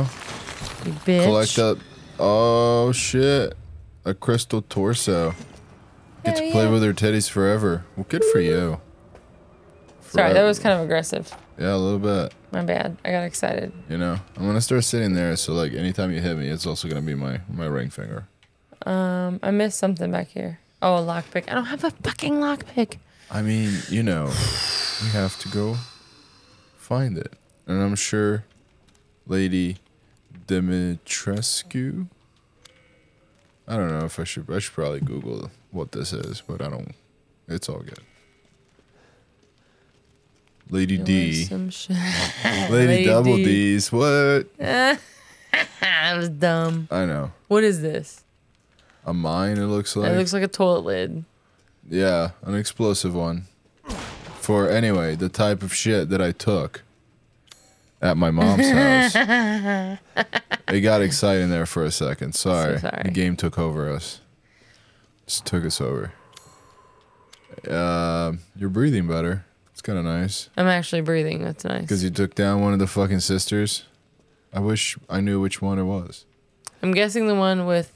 Speaker 1: You bitch.
Speaker 2: Collect up. Oh shit. A crystal torso. Get
Speaker 1: Hell
Speaker 2: to play
Speaker 1: yeah.
Speaker 2: with her titties forever. Well, good for you.
Speaker 1: Sorry, that was
Speaker 2: Forever.
Speaker 1: kind of aggressive.
Speaker 2: Yeah, a little bit.
Speaker 1: My bad. I got excited.
Speaker 2: You know, I'm gonna start sitting there. So like, anytime you hit me, it's also gonna be my my ring finger.
Speaker 1: Um, I missed something back here. Oh, a lockpick. I don't have a fucking lockpick.
Speaker 2: I mean, you know, we have to go find it, and I'm sure Lady Dimitrescu. I don't know if I should. I should probably Google what this is, but I don't. It's all good. Lady D,
Speaker 1: Some shit. *laughs*
Speaker 2: Lady,
Speaker 1: Lady
Speaker 2: Double
Speaker 1: D.
Speaker 2: D's. What?
Speaker 1: I was dumb.
Speaker 2: I know.
Speaker 1: What is this?
Speaker 2: A mine. It looks like.
Speaker 1: It looks like a toilet lid.
Speaker 2: Yeah, an explosive one. For anyway, the type of shit that I took at my mom's house. It got exciting there for a second. Sorry.
Speaker 1: sorry.
Speaker 2: The game took over us. Just took us over. Uh, you're breathing better. It's kind of nice.
Speaker 1: I'm actually breathing. That's nice.
Speaker 2: Because you took down one of the fucking sisters. I wish I knew which one it was.
Speaker 1: I'm guessing the one with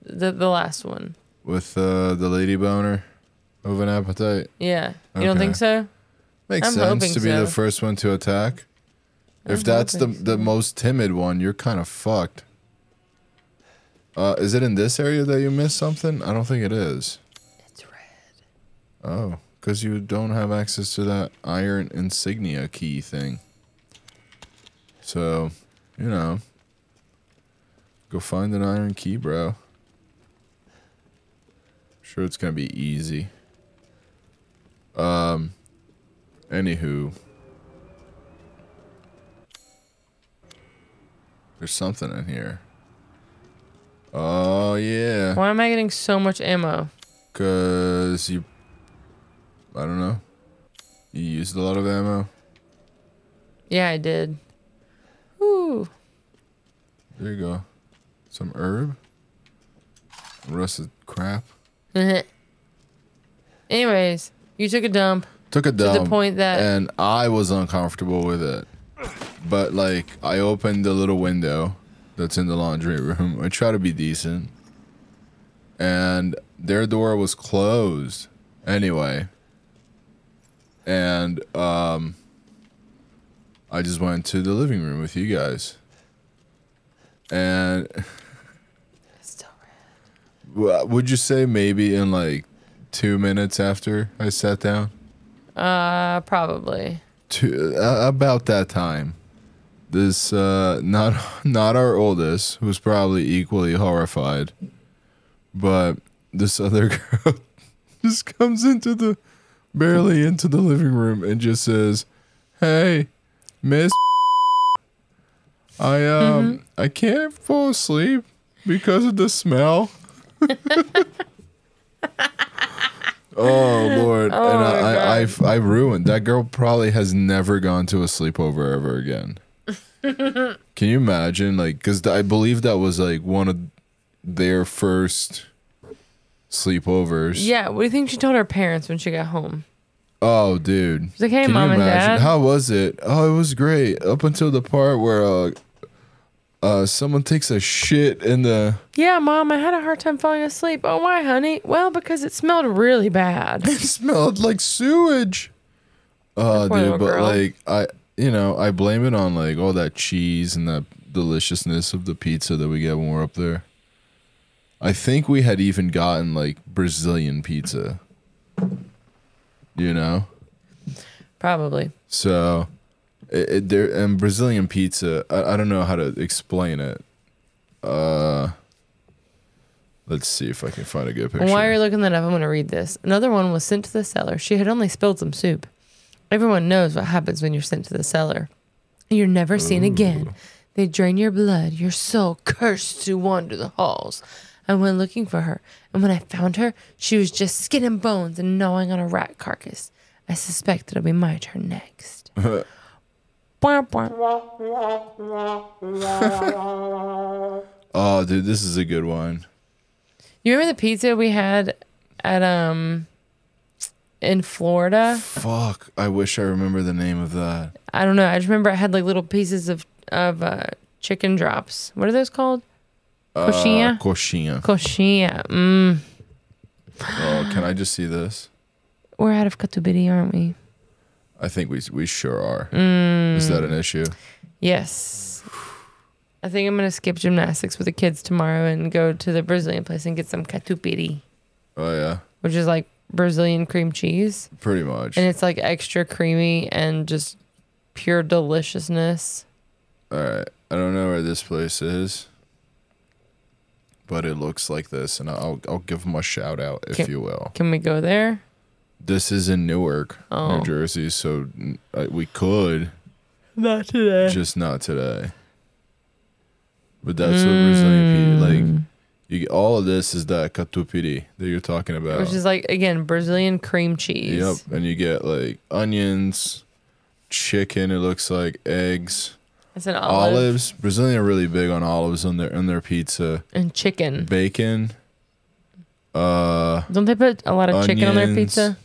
Speaker 1: the the last one.
Speaker 2: With uh, the lady boner of an appetite.
Speaker 1: Yeah. You don't
Speaker 2: Okay.
Speaker 1: think so?
Speaker 2: Makes
Speaker 1: I'm
Speaker 2: sense
Speaker 1: hoping
Speaker 2: to be the
Speaker 1: so.
Speaker 2: first one to attack. If that's the
Speaker 1: hoping
Speaker 2: the most timid one, you're kind of fucked. Uh, is it in this area that you missed something? I don't think it is.
Speaker 1: It's red.
Speaker 2: Oh, because you don't have access to that iron insignia key thing. So, you know, go find an iron key, bro. Sure, it's gonna be easy. Um, anywho, there's something in here. Oh yeah.
Speaker 1: Why am I getting so much ammo?
Speaker 2: Cause you, I don't know, you used a lot of ammo.
Speaker 1: Yeah, I did. Ooh.
Speaker 2: There you go, some herb, rusted crap.
Speaker 1: *laughs* Anyways, you took a dump.
Speaker 2: Took a dump
Speaker 1: point that-
Speaker 2: and I was uncomfortable with it. But like, I opened the little window that's in the laundry room. *laughs* I try to be decent, and their door was closed anyway. And um, I just went to the living room with you guys, and. *laughs*
Speaker 1: It's still red.
Speaker 2: Well, Would you say maybe in like two minutes after I sat down?
Speaker 1: Uh, probably.
Speaker 2: Two, uh, about that time, this uh, not *laughs* not our oldest, who's probably equally horrified, but this other *laughs* girl just comes into the barely into the living room and just says, "Hey, Miss, I um I can't fall asleep because of the smell." oh Lord! and
Speaker 1: my
Speaker 2: I,
Speaker 1: God.
Speaker 2: I, I've- I ruined that girl. Probably has never gone to a sleepover ever again. Can you imagine? Like, because I believe that was like one of their first sleepovers.
Speaker 1: Yeah. What do you think she told her parents when she got home?
Speaker 2: Oh, dude.
Speaker 1: like, "Hey, Mom and Dad."
Speaker 2: How was it? Oh, it was great. Up until the part where uh, uh, someone takes a shit in the. *laughs*
Speaker 1: Yeah, Mom, I had a hard time falling asleep. Oh, why, honey? Well, because it smelled really bad. *laughs*
Speaker 2: It smelled like sewage. Oh,
Speaker 1: poor
Speaker 2: dude,
Speaker 1: little
Speaker 2: but
Speaker 1: girl.
Speaker 2: like I, you know, I blame it on like all that cheese and that deliciousness of the pizza that we get when we're up there. I think we had even gotten like Brazilian pizza. You know.
Speaker 1: Probably.
Speaker 2: So, it, it, there and Brazilian pizza. I, I don't know how to explain it. Uh, let's see if I can find a good picture.
Speaker 1: While you're looking that up, I'm going to read this. Another one was sent to the cellar. She had only spilled some soup. Everyone knows what happens when you're sent to the cellar. You're never seen again. They drain your blood, your soul cursed to wander the halls. I went looking for her, and when I found her, she was just skin and bones and gnawing on a rat carcass. I suspect it'll be my turn next. Wah, wah.
Speaker 2: oh, dude, this is a good one.
Speaker 1: You remember the pizza we had at um in Florida?
Speaker 2: Fuck, I wish I remember the name of that.
Speaker 1: I don't know. I just remember I had like little pieces of of uh, chicken drops. What are those called?
Speaker 2: Uh,
Speaker 1: Coxinha.
Speaker 2: Coxinha.
Speaker 1: Coxinha. Mm.
Speaker 2: Oh, can I just see this?
Speaker 1: We're out of catupiry, aren't we?
Speaker 2: I think we we sure are.
Speaker 1: Mm.
Speaker 2: Is that an issue?
Speaker 1: Yes. I think I'm gonna skip gymnastics with the kids tomorrow and go to the Brazilian place and get some catupiry,
Speaker 2: Oh yeah,
Speaker 1: which is like Brazilian cream cheese,
Speaker 2: pretty much.
Speaker 1: and it's like extra creamy and just pure deliciousness.
Speaker 2: All right, I don't know where this place is, but it looks like this, and I'll I'll give them a shout out if
Speaker 1: Okay.
Speaker 2: you will.
Speaker 1: Can we go there?
Speaker 2: This is in Newark,
Speaker 1: Oh.
Speaker 2: New Jersey, so mm, uh, we could
Speaker 1: Not today.
Speaker 2: just not today. But that's what
Speaker 1: Mm.
Speaker 2: Brazilian people like. You, all of this is that catupiry that you're talking about.
Speaker 1: Which is like again Brazilian cream cheese.
Speaker 2: uh, Yep, and you get like onions, chicken. It looks like eggs,
Speaker 1: It's an olive
Speaker 2: olives. Brazilian are really big on olives on their on their pizza.
Speaker 1: and chicken.
Speaker 2: Bacon, uh,
Speaker 1: Don't they put a lot of
Speaker 2: onions,
Speaker 1: chicken on their pizza?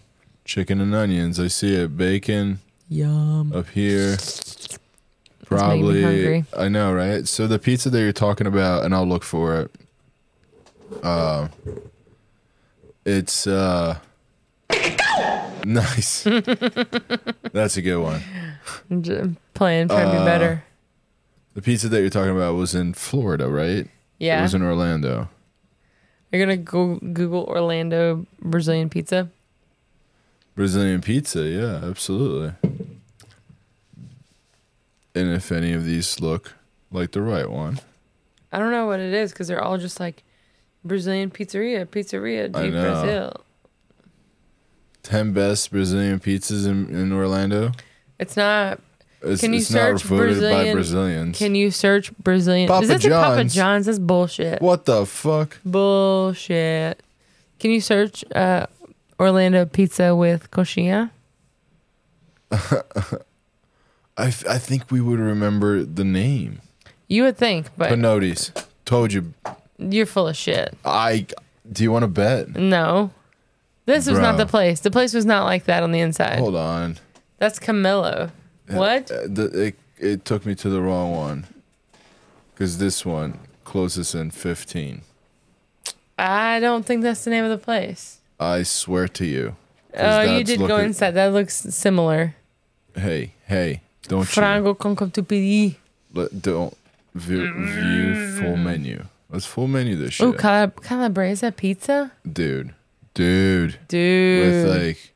Speaker 2: Chicken and onions. I see it. Bacon
Speaker 1: Yum.
Speaker 2: up here.
Speaker 1: making me
Speaker 2: Probably.
Speaker 1: hungry.
Speaker 2: I know, right? So the pizza that you're talking about, and I'll look for it. Uh, it's uh,
Speaker 1: *laughs*
Speaker 2: nice. That's a good one.
Speaker 1: I'm j- playing, trying
Speaker 2: Uh,
Speaker 1: to be better.
Speaker 2: The pizza that you're talking about was in Florida, right? It
Speaker 1: Yeah.
Speaker 2: was in Orlando.
Speaker 1: You're gonna go- Google Orlando Brazilian pizza.
Speaker 2: Brazilian pizza, yeah, absolutely. And if any of these look like the right one,
Speaker 1: I don't know what it is because they're all just like Brazilian pizzeria, pizzeria
Speaker 2: I
Speaker 1: de
Speaker 2: know.
Speaker 1: Brazil.
Speaker 2: 10 best Brazilian pizzas in, in Orlando.
Speaker 1: It's not.
Speaker 2: It's,
Speaker 1: Can you
Speaker 2: it's not
Speaker 1: search
Speaker 2: voted by
Speaker 1: Brazilian-
Speaker 2: Brazilians.
Speaker 1: Can you search Brazilian?
Speaker 2: Papa
Speaker 1: does that say Papa
Speaker 2: John's.
Speaker 1: John's? That's bullshit.
Speaker 2: what the fuck?
Speaker 1: Bullshit. Can you search uh, Orlando pizza with coxinha?
Speaker 2: I, f- I think we would remember the name.
Speaker 1: You would think, but
Speaker 2: Pinotis. Told you.
Speaker 1: you're full of shit.
Speaker 2: I. Do you want to bet?
Speaker 1: No. This was not
Speaker 2: Bro.
Speaker 1: the place. The place was not like that on the inside.
Speaker 2: Hold on.
Speaker 1: That's Camillo. What?
Speaker 2: Uh, the, it, it took me to the wrong one. Because this one, closest in 15.
Speaker 1: I don't think that's the name of the place.
Speaker 2: I swear to you. 'Cause
Speaker 1: Oh, you
Speaker 2: that's
Speaker 1: did go
Speaker 2: looking-
Speaker 1: inside. That looks similar.
Speaker 2: Hey, hey, don't
Speaker 1: Frango con catupiry.
Speaker 2: you let, don't view, view full menu. Let's full menu this shit,
Speaker 1: Ooh, Oh, calab- calabresa pizza?
Speaker 2: dude, dude.
Speaker 1: Dude.
Speaker 2: With like,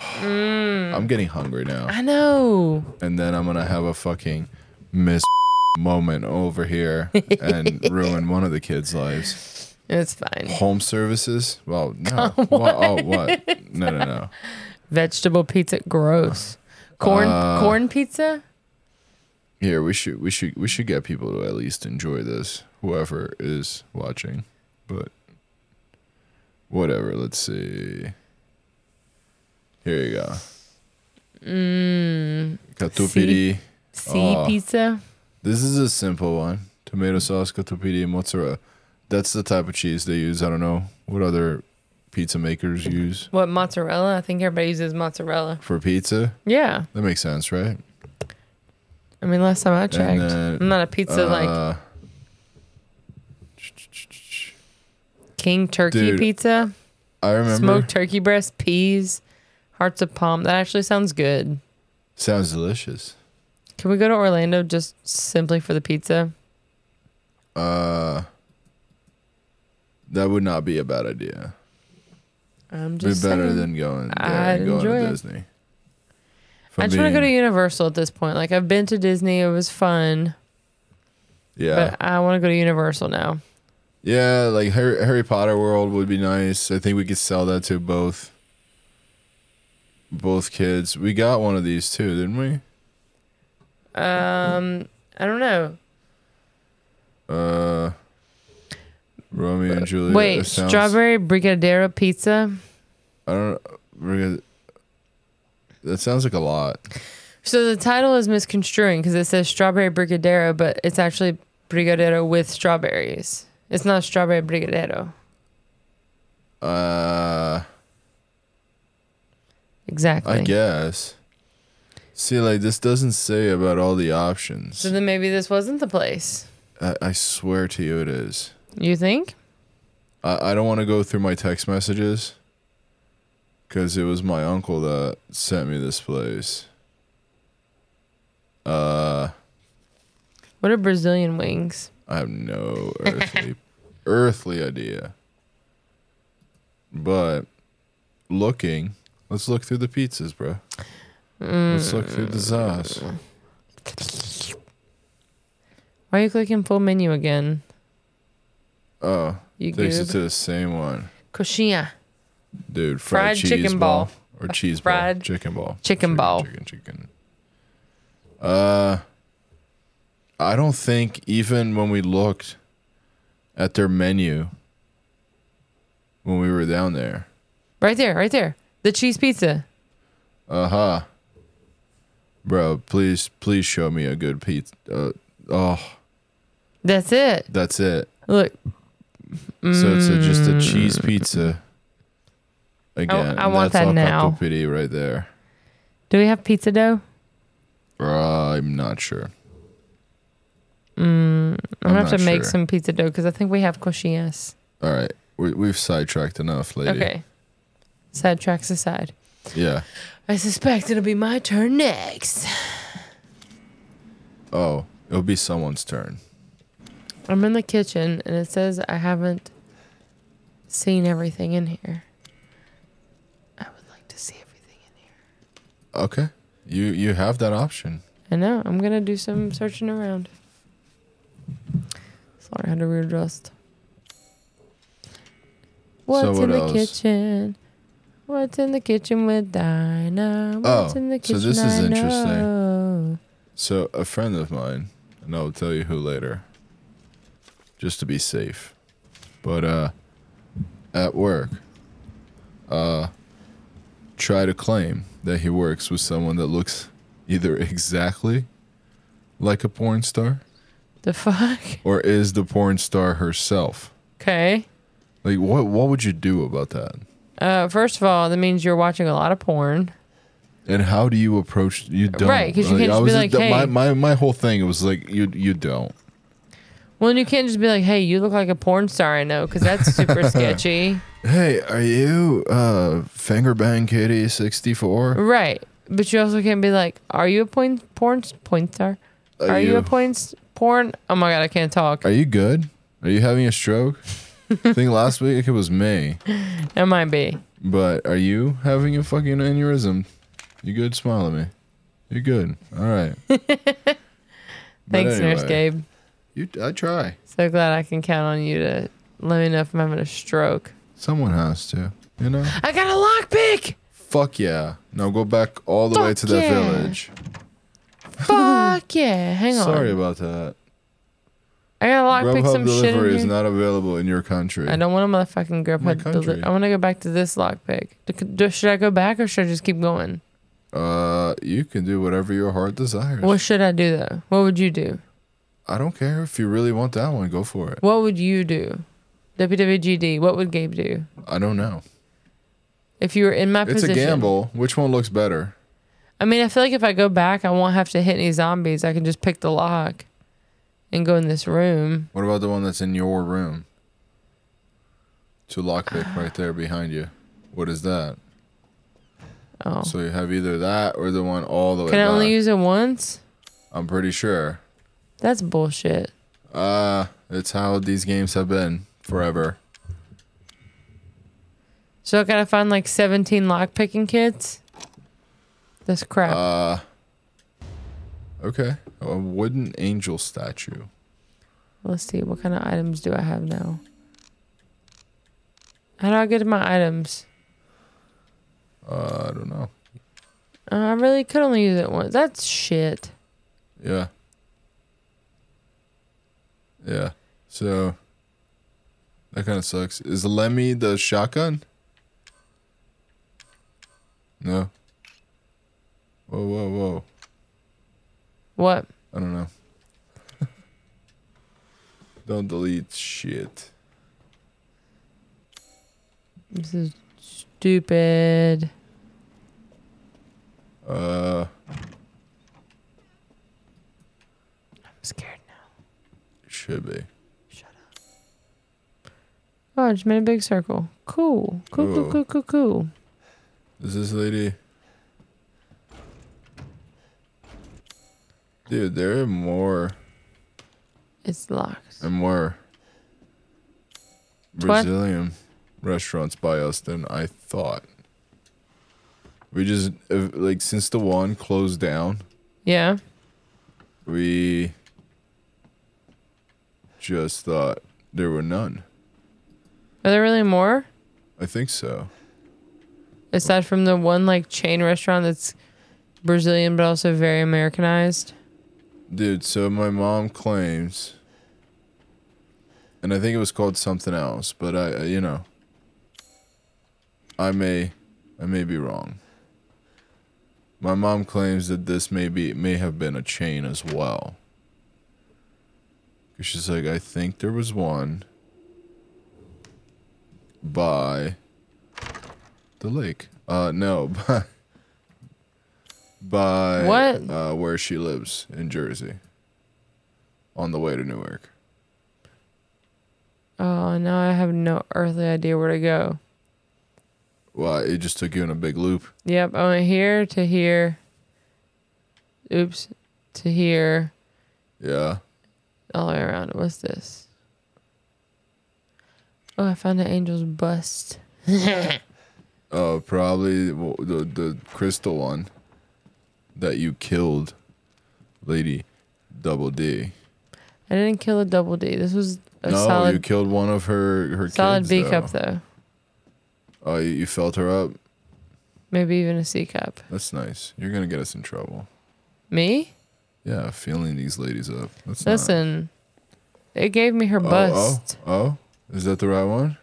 Speaker 2: I'm getting hungry now,
Speaker 1: I know.
Speaker 2: and then I'm gonna have a fucking miss moment over here and ruin one of the kids' lives.
Speaker 1: It's fine.
Speaker 2: Home services? Well, no. Wha- Oh, what? No, no, no.
Speaker 1: Vegetable pizza, gross. Corn
Speaker 2: Uh,
Speaker 1: corn pizza?
Speaker 2: Here, we should, we should, we should get people to at least enjoy this. Whoever is watching, but whatever. Let's see. Here you go. Mm, Katupiri.
Speaker 1: Sea
Speaker 2: oh.
Speaker 1: pizza?
Speaker 2: This is a simple one. Tomato sauce, cotopedi, mozzarella. That's the type of cheese they use. I don't know what other pizza makers use
Speaker 1: What mozzarella? I think everybody uses mozzarella.
Speaker 2: for pizza.
Speaker 1: Yeah.
Speaker 2: That makes sense, right?
Speaker 1: I mean last time I checked.
Speaker 2: then,
Speaker 1: I'm not a pizza like
Speaker 2: Uh,
Speaker 1: king turkey
Speaker 2: dude,
Speaker 1: pizza.
Speaker 2: I remember.
Speaker 1: Smoked turkey breast, peas, hearts of palm. That actually sounds good.
Speaker 2: Sounds delicious.
Speaker 1: Can we go to Orlando just simply for the pizza?
Speaker 2: Uh, That would not be a bad idea.
Speaker 1: I'm
Speaker 2: Be
Speaker 1: just
Speaker 2: better
Speaker 1: saying.
Speaker 2: than going there
Speaker 1: I'd
Speaker 2: and going
Speaker 1: enjoy
Speaker 2: to
Speaker 1: it.
Speaker 2: Disney. If
Speaker 1: I
Speaker 2: I'm
Speaker 1: just want to go to
Speaker 2: being-
Speaker 1: Universal at this point. Like I've been to Disney, it was fun,
Speaker 2: Yeah,
Speaker 1: but I want to go to Universal now.
Speaker 2: yeah. Like Harry, Harry Potter World would be nice. I think we could sell that to both. Both kids. We got one of these too, didn't we?
Speaker 1: Um, I don't know.
Speaker 2: Uh, Romeo and Juliet.
Speaker 1: Wait,
Speaker 2: it sounds-
Speaker 1: strawberry brigadero pizza.
Speaker 2: I don't. We're gonna, that sounds like a lot.
Speaker 1: So the title is misconstruing because it says strawberry brigadero, but it's actually brigadero with strawberries. It's not strawberry brigadero.
Speaker 2: Uh,
Speaker 1: Exactly.
Speaker 2: I guess. See, like this doesn't say about all the options.
Speaker 1: So then maybe this wasn't the place.
Speaker 2: I, I swear to you, it is.
Speaker 1: You think?
Speaker 2: I, I don't want to go through my text messages because it was my uncle that sent me this place. Uh,
Speaker 1: What are Brazilian wings?
Speaker 2: I have no
Speaker 1: *laughs*
Speaker 2: earthly earthly idea. But looking, let's look through the pizzas, bro. Let's look through the sauce.
Speaker 1: Mm, Why are you clicking full menu again?
Speaker 2: Oh,
Speaker 1: You
Speaker 2: takes
Speaker 1: goob.
Speaker 2: it to the same one,
Speaker 1: Coxinha.
Speaker 2: dude.
Speaker 1: Fried
Speaker 2: Fried, cheese
Speaker 1: chicken
Speaker 2: ball,
Speaker 1: ball.
Speaker 2: or cheese
Speaker 1: fried
Speaker 2: ball, chicken ball,
Speaker 1: chicken ball.
Speaker 2: chicken, chicken. Uh, I don't think even when we looked at their menu when we were down there.
Speaker 1: Right there, right there. The cheese pizza.
Speaker 2: Uh huh. Bro, please, please show me a good pizza. Uh, oh,
Speaker 1: That's it.
Speaker 2: that's it.
Speaker 1: Look,
Speaker 2: So it's a, just a cheese pizza. Again,
Speaker 1: Mm. I want that
Speaker 2: that's all
Speaker 1: now.
Speaker 2: Pizza right there.
Speaker 1: do we have pizza dough?
Speaker 2: Uh, I'm not sure.
Speaker 1: Mm, I'm gonna have
Speaker 2: not
Speaker 1: to make
Speaker 2: sure.
Speaker 1: some pizza dough because I think we have coxinhas.
Speaker 2: All right, we, we've sidetracked enough, lady.
Speaker 1: Okay. Sad tracks aside.
Speaker 2: Yeah.
Speaker 1: I suspect it'll be my turn next.
Speaker 2: Oh, it'll be someone's turn.
Speaker 1: I'm in the kitchen and it says I haven't seen everything in here. I would like to see everything in here.
Speaker 2: Okay. You you have that option.
Speaker 1: I know. I'm gonna do some searching around. Sorry, I had to readjust. What's
Speaker 2: what
Speaker 1: in the
Speaker 2: else?
Speaker 1: kitchen? What's in the kitchen with Dinah? What's
Speaker 2: Oh,
Speaker 1: in the kitchen?
Speaker 2: so this is
Speaker 1: I
Speaker 2: interesting.
Speaker 1: know?
Speaker 2: So a friend of mine, and I'll tell you who later, just to be safe. But uh, at work, uh, try to claim that he works with someone that looks either exactly like a porn star
Speaker 1: The fuck? *laughs*
Speaker 2: or is the porn star herself.
Speaker 1: Okay.
Speaker 2: Like what what would you do about that?
Speaker 1: Uh, first of all, that means you're watching a lot of porn.
Speaker 2: And how do you approach? You don't
Speaker 1: Right, 'cause you can't
Speaker 2: I
Speaker 1: just be
Speaker 2: was-
Speaker 1: like,
Speaker 2: th-
Speaker 1: "Hey."
Speaker 2: my, my my whole thing was like you you don't.
Speaker 1: Well, and you can't just be like, "Hey, you look like a porn star," I know, because that's
Speaker 2: *laughs*
Speaker 1: super sketchy,
Speaker 2: Hey, are you uh fingerbang kitty sixty four?
Speaker 1: right? But you also can't be like, "Are you a porn porn porn star? Are, you, a porn s- porn?" Oh my god, I can't talk.
Speaker 2: Are you good? Are you having a stroke? I
Speaker 1: *laughs*
Speaker 2: think last week it was me.
Speaker 1: It might be.
Speaker 2: But are you having a fucking aneurysm? You good? Smile at me. You're good.
Speaker 1: *laughs*
Speaker 2: All right. But
Speaker 1: Thanks, Nurse
Speaker 2: anyway,
Speaker 1: Gabe.
Speaker 2: You, I try.
Speaker 1: So glad I can count on you to let me know if I'm having a stroke.
Speaker 2: Someone has to. You know.
Speaker 1: I got a
Speaker 2: *laughs*
Speaker 1: lockpick.
Speaker 2: Fuck yeah. Now go back all the way
Speaker 1: Fuck
Speaker 2: to that
Speaker 1: yeah.
Speaker 2: village.
Speaker 1: Fuck yeah! Hang on.
Speaker 2: Sorry about that.
Speaker 1: I got a lockpick.
Speaker 2: Grubhub
Speaker 1: Some shit.
Speaker 2: delivery
Speaker 1: In
Speaker 2: is
Speaker 1: here.
Speaker 2: not available in your country.
Speaker 1: I don't want a motherfucking grip.
Speaker 2: My
Speaker 1: I
Speaker 2: country.
Speaker 1: I want to go back to this lockpick. Do- do- Should I go back or should I just keep going?
Speaker 2: Uh, you can do whatever your heart desires.
Speaker 1: What should I do though? What would you do?
Speaker 2: I don't care if you really want that one. Go for it.
Speaker 1: What would you do? WWGD, what would Gabe do?
Speaker 2: I don't know.
Speaker 1: If you were in my
Speaker 2: It's
Speaker 1: position.
Speaker 2: a gamble. Which one looks better?
Speaker 1: I mean, I feel like if I go back, I won't have to hit any zombies. I can just pick the lock and go in this room.
Speaker 2: What about the one that's in your room? To lockpick right there behind you. What is that?
Speaker 1: Oh.
Speaker 2: So you have either that or the one all the way
Speaker 1: Can I
Speaker 2: back.
Speaker 1: only use it once?
Speaker 2: I'm pretty sure.
Speaker 1: That's bullshit.
Speaker 2: Uh, it's how these games have been forever.
Speaker 1: So I gotta find like 17 lock picking kits? That's crap.
Speaker 2: Uh, okay. A wooden angel statue.
Speaker 1: Let's see, what kind of items do I have now? How do I get to my items?
Speaker 2: Uh, I don't know.
Speaker 1: Uh, I really could only use it once. That's shit.
Speaker 2: Yeah. Yeah. So that kind of sucks. Is Lemmy the shotgun? No. Whoa, whoa, whoa.
Speaker 1: What?
Speaker 2: I don't know. *laughs* don't delete shit.
Speaker 1: This is stupid.
Speaker 2: Uh,
Speaker 1: I'm scared now.
Speaker 2: should be.
Speaker 1: Oh, I just made a big circle. Cool. Cool, cool,
Speaker 2: Ooh.
Speaker 1: cool, cool, cool.
Speaker 2: Is this lady? Dude, there are more
Speaker 1: It's locked.
Speaker 2: and more
Speaker 1: What?
Speaker 2: Brazilian restaurants by us than I thought. We just uh, like since the one closed down,
Speaker 1: Yeah.
Speaker 2: we just thought there were none.
Speaker 1: Are there really more?
Speaker 2: I think so.
Speaker 1: Aside from the one like chain restaurant that's Brazilian but also very Americanized.
Speaker 2: Dude, so my mom claims, and I think it was called something else, but I, I- you know, I may, I may be wrong. My mom claims that this may be may have been a chain as well. 'Cause she's like, I think there was one by the lake. Uh, no, *laughs* by by
Speaker 1: What?
Speaker 2: Uh, where she lives in Jersey. On the way to Newark.
Speaker 1: Oh, now I have no earthly idea where to go.
Speaker 2: Well, it just took you in a big loop.
Speaker 1: Yep, I went here to here. Oops, to here.
Speaker 2: Yeah.
Speaker 1: all the way around. What's this? Oh, I found an angel's bust.
Speaker 2: Uh, probably w- the the crystal one that you killed, Lady Double D.
Speaker 1: I didn't kill a double D. This was a
Speaker 2: no, you
Speaker 1: solid,
Speaker 2: killed one of her her
Speaker 1: solid
Speaker 2: kids,
Speaker 1: B
Speaker 2: though.
Speaker 1: cup though.
Speaker 2: Oh, you, you felt her up.
Speaker 1: Maybe even a C cup.
Speaker 2: That's nice. You're gonna get us in trouble.
Speaker 1: Me?
Speaker 2: Yeah, feeling these ladies up. That's not-
Speaker 1: Listen, it gave me her
Speaker 2: Oh,
Speaker 1: bust.
Speaker 2: Oh, oh, is that the right one?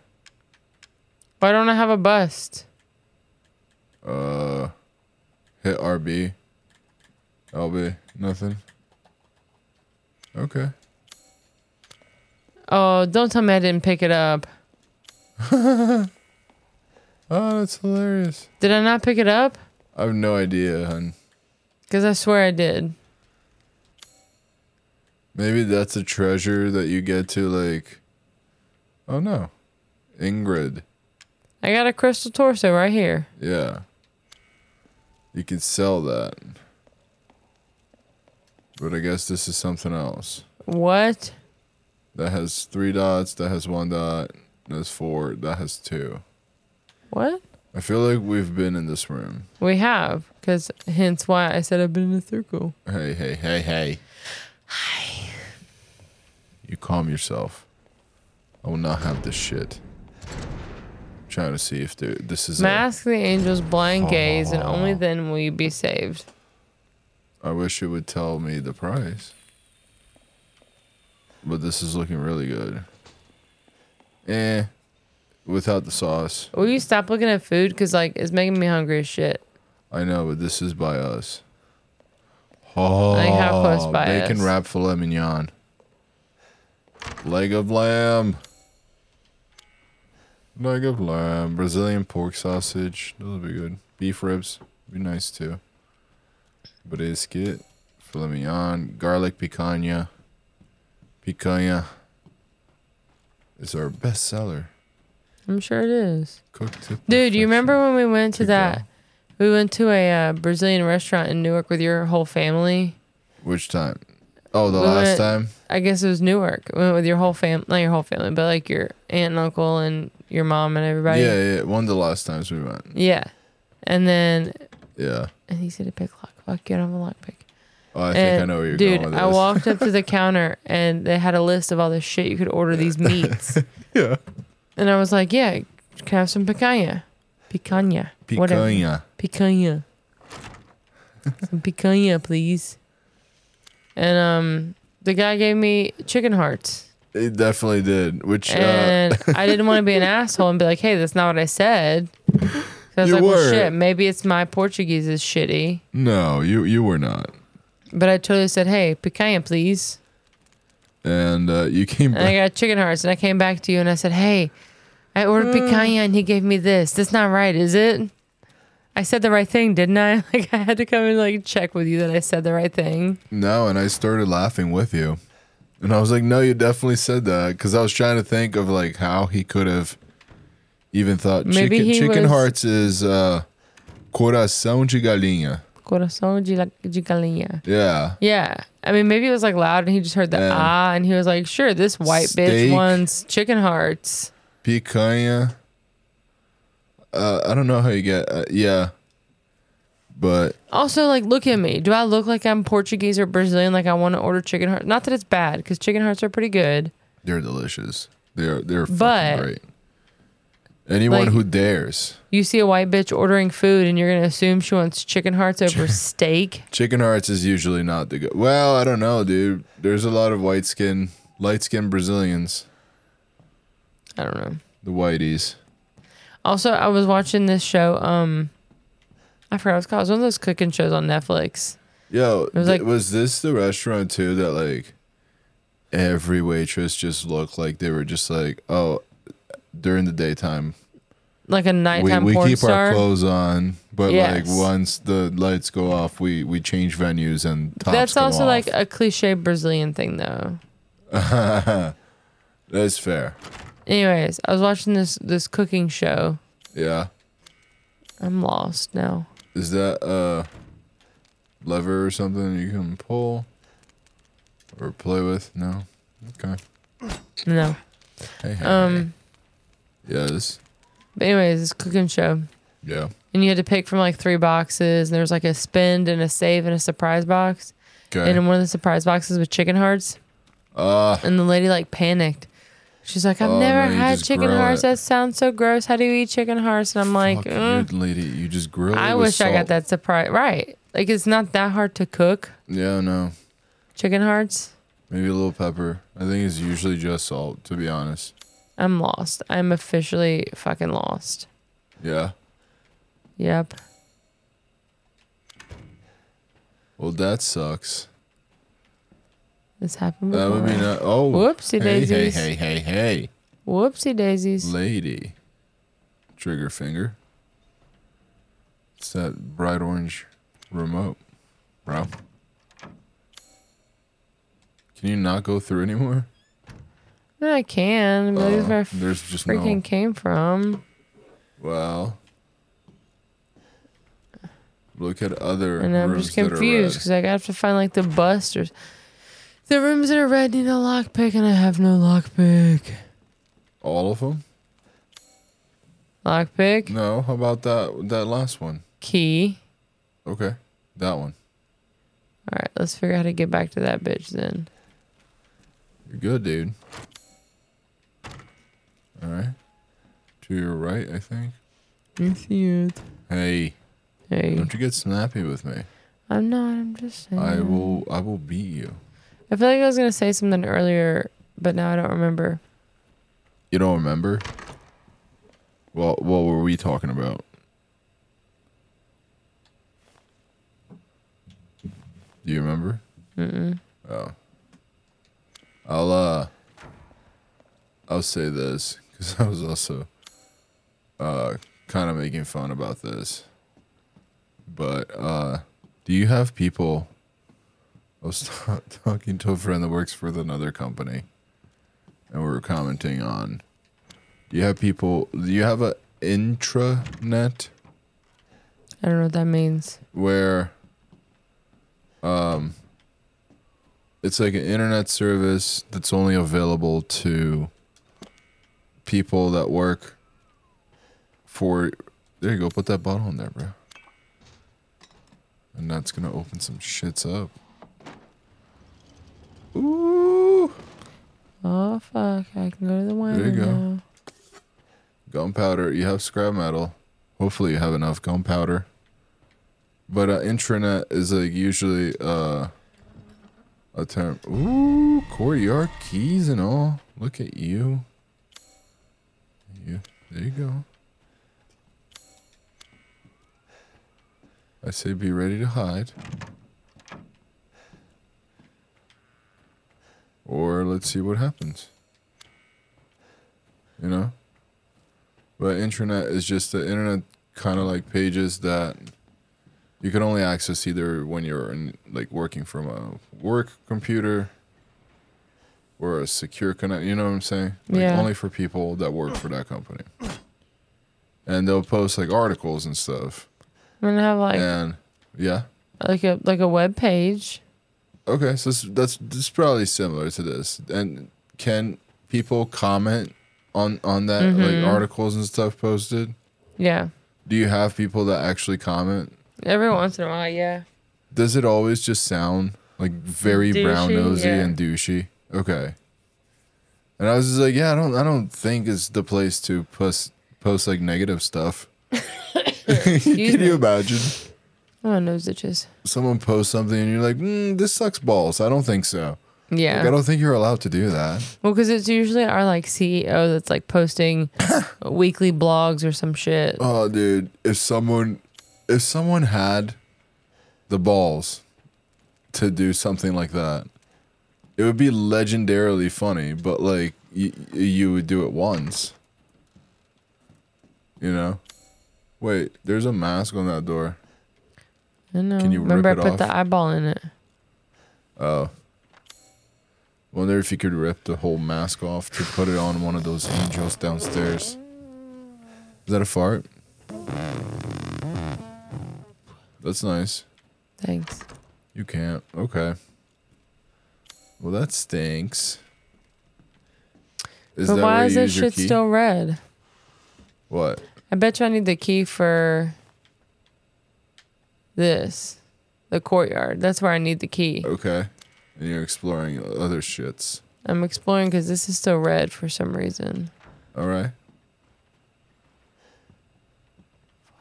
Speaker 1: Why don't I have a bust?
Speaker 2: Uh, hit RB. LB, nothing. Okay.
Speaker 1: Oh, don't tell me I didn't pick it up.
Speaker 2: Oh, that's hilarious.
Speaker 1: Did I not pick it up?
Speaker 2: I have no idea, hun.
Speaker 1: Because I swear I did.
Speaker 2: Maybe that's a treasure that you get to like. Oh no, Ingrid.
Speaker 1: I got a crystal torso right here.
Speaker 2: Yeah. You could sell that. But I guess this is something else.
Speaker 1: What?
Speaker 2: That has three dots. That has one dot. That has four. That has two.
Speaker 1: What?
Speaker 2: I feel like we've been in this room.
Speaker 1: We have. Because hence why I said I've been in a circle.
Speaker 2: Hey, hey, hey, hey. Hi. You calm yourself. I will not have this shit. trying to see if there, this is. a-
Speaker 1: Mask the angel's blind gaze, and only then will you be saved.
Speaker 2: I wish it would tell me the price. But this is looking really good. Eh. Without the sauce.
Speaker 1: Will you stop looking at food? Cause like it's making me hungry as shit.
Speaker 2: I know, but this is by us. Oh,
Speaker 1: think how close by
Speaker 2: bacon
Speaker 1: us.
Speaker 2: wrap filet mignon. Leg of lamb. Leg of lamb. Brazilian pork sausage. Those would be good. Beef ribs. Be nice too. Brisket. Filet mignon. Garlic picanha. Picanha. It's our best seller.
Speaker 1: I'm sure it is.
Speaker 2: Cooked to
Speaker 1: Dude, you
Speaker 2: perfection.
Speaker 1: remember when we went to
Speaker 2: Good girl.
Speaker 1: that? We went to a uh, Brazilian restaurant in Newark with your whole family.
Speaker 2: Which time? Oh, the
Speaker 1: We
Speaker 2: last
Speaker 1: went-
Speaker 2: time?
Speaker 1: I guess it was Newark. We went with your whole fam, not your whole family, but like your aunt and uncle and your mom and everybody.
Speaker 2: Yeah, yeah. One of the last times we went.
Speaker 1: Yeah. And then
Speaker 2: Yeah.
Speaker 1: and he said to pick lock. Fuck you, I don't have a lock pick.
Speaker 2: Oh, I think I
Speaker 1: And,
Speaker 2: know where you're
Speaker 1: dude,
Speaker 2: going with this.
Speaker 1: I walked up
Speaker 2: *laughs*
Speaker 1: to the counter and they had a list of all this shit you could order these
Speaker 2: *laughs*
Speaker 1: meats.
Speaker 2: yeah.
Speaker 1: And I was like, yeah, can I have some picanha? Picanha. Whatever.
Speaker 2: Picanha.
Speaker 1: Picanha. some picanha, please. And um, the guy gave me chicken hearts.
Speaker 2: It definitely did. Which uh,
Speaker 1: And I didn't want to
Speaker 2: *laughs*
Speaker 1: be an asshole and be like, hey, that's not what I said. So I was
Speaker 2: You
Speaker 1: like, well,
Speaker 2: were.
Speaker 1: shit, maybe it's my Portuguese is shitty.
Speaker 2: no, you you were not.
Speaker 1: But I totally said, hey, picanha, please.
Speaker 2: And uh, you came
Speaker 1: And I
Speaker 2: back.
Speaker 1: got chicken hearts. And I came back to you and I said, Hey, I ordered picanha and he gave me this. That's not right, is it? I said the right thing, didn't I? *laughs* Like I had to come and like check with you that I said the right thing.
Speaker 2: No, and I started laughing with you. And I was like, "No, you definitely said that," because I was trying to think of like how he could have even thought
Speaker 1: Maybe
Speaker 2: chicken
Speaker 1: he
Speaker 2: chicken
Speaker 1: was-
Speaker 2: hearts is uh, Coração de galinha.
Speaker 1: Coração de, la- de galinha.
Speaker 2: Yeah.
Speaker 1: Yeah. I mean, maybe it was like loud and he just heard the
Speaker 2: Yeah.
Speaker 1: ah and he was like, sure, this white
Speaker 2: Steak.
Speaker 1: bitch wants chicken hearts.
Speaker 2: Picanha. Uh, I don't know how you get. Uh, yeah. But
Speaker 1: Also, like, look at me. Do I look like I'm Portuguese or Brazilian? Like, I want to order chicken hearts. Not that it's bad because chicken hearts are pretty good.
Speaker 2: they're delicious. They're they're fucking
Speaker 1: But-
Speaker 2: great. Anyone
Speaker 1: Like-
Speaker 2: who dares.
Speaker 1: You see a white bitch ordering food and you're going to assume she wants chicken hearts
Speaker 2: *laughs*
Speaker 1: over steak.
Speaker 2: Chicken hearts is usually not the good. Well, I don't know, dude. There's a lot of white skin, light skinned Brazilians,
Speaker 1: I don't know.
Speaker 2: the whiteys.
Speaker 1: Also, I was watching this show. Um, I forgot what it's called. It was one of those cooking shows on Netflix.
Speaker 2: Yo, th-
Speaker 1: was
Speaker 2: was,
Speaker 1: like-
Speaker 2: this the restaurant too that like every waitress just looked like they were just like, oh, during the daytime
Speaker 1: Like a
Speaker 2: we,
Speaker 1: nighttime
Speaker 2: we
Speaker 1: porn
Speaker 2: keep
Speaker 1: star.
Speaker 2: our clothes on, but
Speaker 1: Yes.
Speaker 2: like once the lights go off, we we change venues and tops
Speaker 1: That's
Speaker 2: come
Speaker 1: also
Speaker 2: off.
Speaker 1: like uh a cliche Brazilian thing, though.
Speaker 2: that's fair.
Speaker 1: Anyways, I was watching this this cooking show.
Speaker 2: Yeah,
Speaker 1: I'm lost now.
Speaker 2: is that a lever or something you can pull or play with? No, okay.
Speaker 1: No.
Speaker 2: Hey, hey,
Speaker 1: Um.
Speaker 2: hey. yes,
Speaker 1: But anyways, this cooking show,
Speaker 2: yeah.
Speaker 1: and you had to pick from like three boxes, and there was like a spend and a save and a surprise box.
Speaker 2: Okay.
Speaker 1: And in one of the surprise boxes was chicken hearts,
Speaker 2: uh,
Speaker 1: and the lady like panicked. She's like, "I've
Speaker 2: Oh,
Speaker 1: never
Speaker 2: no, you
Speaker 1: had
Speaker 2: just
Speaker 1: chicken
Speaker 2: grill
Speaker 1: hearts.
Speaker 2: it.
Speaker 1: That sounds so gross. How do you eat chicken hearts?" And I'm like,
Speaker 2: fuck you,
Speaker 1: "Mm,
Speaker 2: lady, you just grilled. it
Speaker 1: I
Speaker 2: with
Speaker 1: wish I got
Speaker 2: salt.
Speaker 1: that surprise. Right. Like it's not that hard to cook
Speaker 2: Yeah, no,
Speaker 1: chicken hearts.
Speaker 2: maybe a little pepper. I think it's usually just salt, to be honest.
Speaker 1: I'm lost. I'm officially fucking lost.
Speaker 2: Yeah.
Speaker 1: Yep.
Speaker 2: Well, that sucks.
Speaker 1: This happened before.
Speaker 2: That would be not. Oh,
Speaker 1: Whoopsie
Speaker 2: hey,
Speaker 1: daisies.
Speaker 2: Hey, hey, hey,
Speaker 1: Whoopsie
Speaker 2: hey,
Speaker 1: daisies.
Speaker 2: lady. Trigger finger. It's that bright orange remote, bro. Can you not go through anymore?
Speaker 1: No, I can, but this is
Speaker 2: Uh,
Speaker 1: where I
Speaker 2: there's just
Speaker 1: freaking
Speaker 2: no.
Speaker 1: came from.
Speaker 2: Well, look at other.
Speaker 1: And I'm
Speaker 2: rooms
Speaker 1: just
Speaker 2: that are
Speaker 1: confused
Speaker 2: red.
Speaker 1: because I have to find like the busters. The rooms that are red need a lockpick, and I have no lockpick.
Speaker 2: All of them?
Speaker 1: Lockpick,
Speaker 2: No. How about that? That last one.
Speaker 1: key.
Speaker 2: Okay, that one.
Speaker 1: All right, let's figure out how to get back to that bitch then.
Speaker 2: You're good, dude. All right. To your right, I think.
Speaker 1: You see it.
Speaker 2: Hey,
Speaker 1: Hey.
Speaker 2: don't you get snappy with me.
Speaker 1: I'm not. I'm just saying.
Speaker 2: I will I will beat you.
Speaker 1: I feel like I was gonna say something earlier, but now I don't remember.
Speaker 2: You don't remember? Well, what were we talking about? Do you remember? Mm-mm. Oh. I'll uh I'll say this cuz *laughs* I was also uh kind of making fun about this. But uh do you have people I was *laughs* ta- talking to a friend that works for another company and we were commenting on do you have people do you have a intranet
Speaker 1: I don't know what that means.
Speaker 2: where um it's like an internet service that's only available to people that work for there you go put that bottle in there bro and that's gonna open some shits up ooh
Speaker 1: Oh fuck! I can go to the window.
Speaker 2: you go.
Speaker 1: now.
Speaker 2: gunpowder. You have scrap metal. Hopefully, you have enough gunpowder. But uh, intranet is like usually uh, a term. Ooh, Corey, you are keys and all. Look at you. You. There you go. I say be ready to hide. Or let's see what happens. You know? But intranet is just the internet kind of like pages that you can only access either when you're in, like working from a work computer or a secure connect. You know what I'm saying? Like
Speaker 1: Yeah.
Speaker 2: only for people that work for that company. And they'll post like articles and stuff.
Speaker 1: I'm gonna have like
Speaker 2: and yeah.
Speaker 1: like a like a web page.
Speaker 2: Okay, so this, that's this is probably similar to this. And can people comment on on that
Speaker 1: Mm-hmm.
Speaker 2: like articles and stuff posted?
Speaker 1: Yeah.
Speaker 2: Do you have people that actually comment?
Speaker 1: Every once in a while, yeah.
Speaker 2: Does it always just sound like very
Speaker 1: Douchey,
Speaker 2: brown nosy
Speaker 1: yeah.
Speaker 2: and douchey? Okay. And I was just like, yeah, I don't I don't think it's the place to post post like negative
Speaker 1: *laughs*
Speaker 2: stuff. *laughs* Can you imagine?
Speaker 1: Oh, nose itches.
Speaker 2: someone posts something and you're like, mm, this sucks balls. I don't think so.
Speaker 1: Yeah.
Speaker 2: Like, I don't think you're allowed to do that.
Speaker 1: Well, because it's usually our like CEO that's like
Speaker 2: *coughs*
Speaker 1: posting weekly blogs or some shit.
Speaker 2: Oh, dude, if someone, if someone had the balls to do something like that, it would be legendarily funny. But like, y- you would do it once. You know. Wait, there's a mask on that door.
Speaker 1: I know.
Speaker 2: Can you rip
Speaker 1: Remember,
Speaker 2: it
Speaker 1: I put
Speaker 2: off?
Speaker 1: the eyeball in it.
Speaker 2: Wonder if you could rip the whole mask off to put it on one of those angels downstairs. Is that a fart? That's nice.
Speaker 1: Thanks.
Speaker 2: You can't. Okay. Well, that stinks. Is
Speaker 1: but why
Speaker 2: where
Speaker 1: is
Speaker 2: you
Speaker 1: that
Speaker 2: use your
Speaker 1: shit
Speaker 2: key?
Speaker 1: still red?
Speaker 2: What?
Speaker 1: I bet you I need the key for this, the courtyard. That's where I need the key.
Speaker 2: Okay. And you're exploring other shits.
Speaker 1: I'm exploring because this is still red for some reason.
Speaker 2: All right.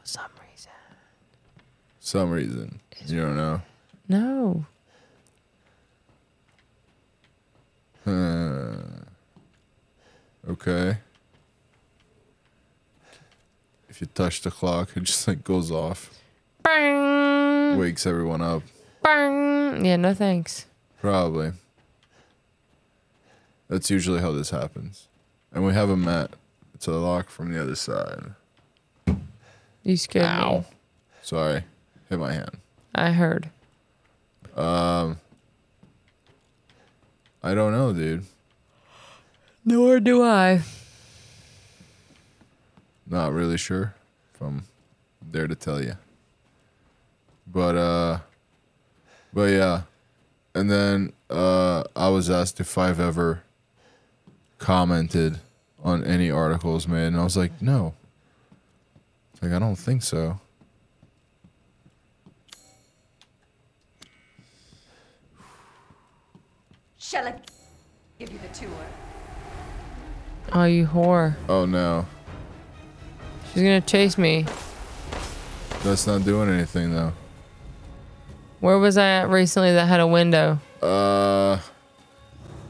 Speaker 1: For some reason.
Speaker 2: Some reason. You don't know. *laughs*
Speaker 1: No.
Speaker 2: Okay. If you touch the clock, it just like goes off,
Speaker 1: Bang.
Speaker 2: wakes everyone up.
Speaker 1: Bang. Yeah. No thanks.
Speaker 2: Probably. That's usually how this happens. And we haven't met. It's a lock from the other side.
Speaker 1: You scared me.
Speaker 2: Sorry. Hit my hand.
Speaker 1: I heard.
Speaker 2: I don't know, dude.
Speaker 1: Nor do I.
Speaker 2: Not really sure if I'm there to tell you. But uh but yeah. And then uh I was asked if I've ever commented on any articles made and I was like, "No." It's like I don't think so.
Speaker 3: Shall I give you the tour?
Speaker 1: Oh, you whore.
Speaker 2: Oh no.
Speaker 1: She's gonna chase me.
Speaker 2: That's not doing anything though.
Speaker 1: Where was I at recently that had a window?
Speaker 2: Uh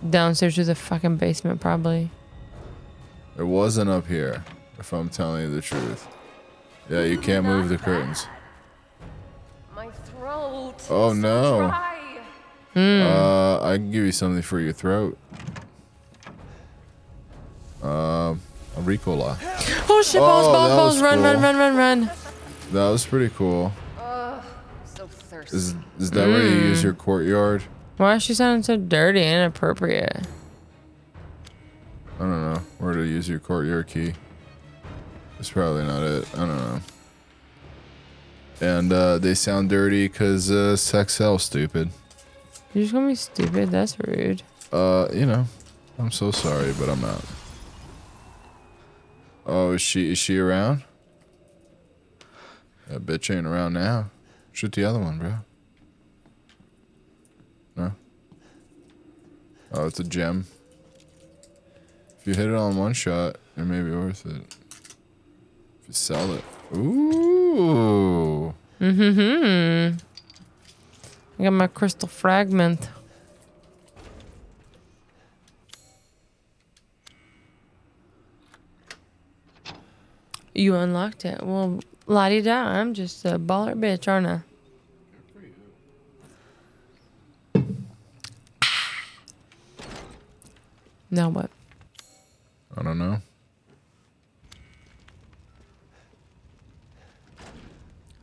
Speaker 1: Downstairs to the fucking basement, probably.
Speaker 2: it wasn't up here if I'm telling you the truth. Yeah, you can't move the curtains.
Speaker 3: My throat.
Speaker 2: Oh,
Speaker 3: is so
Speaker 2: no.
Speaker 3: dry.
Speaker 2: Uh, I can give you something for your throat. Um, a Ricola.
Speaker 1: Oh shit! Balls,
Speaker 2: Oh,
Speaker 1: balls,
Speaker 2: that
Speaker 1: balls!
Speaker 2: was
Speaker 1: Run, run,
Speaker 2: cool.
Speaker 1: run, run, run!
Speaker 2: That was pretty cool.
Speaker 3: So thirsty.
Speaker 2: Is is that where you use your courtyard?
Speaker 1: Why is she sounding so dirty and inappropriate?
Speaker 2: I don't know where to use your courtyard key. It's probably not it. I don't know. And uh, they sound dirty because uh, sex sells, stupid.
Speaker 1: You just call me stupid. That's rude.
Speaker 2: Uh, you know, I'm so sorry, but I'm not. Oh, is she is she around? That bitch ain't around now. Shoot the other one, bro. No. Oh, it's a gem. If you hit it on one shot, it may be worth it. If you sell it. Ooh.
Speaker 1: I got my crystal fragment. You unlocked it. Well, la di da. I'm just a baller bitch, aren't I? Now what?
Speaker 2: I don't know.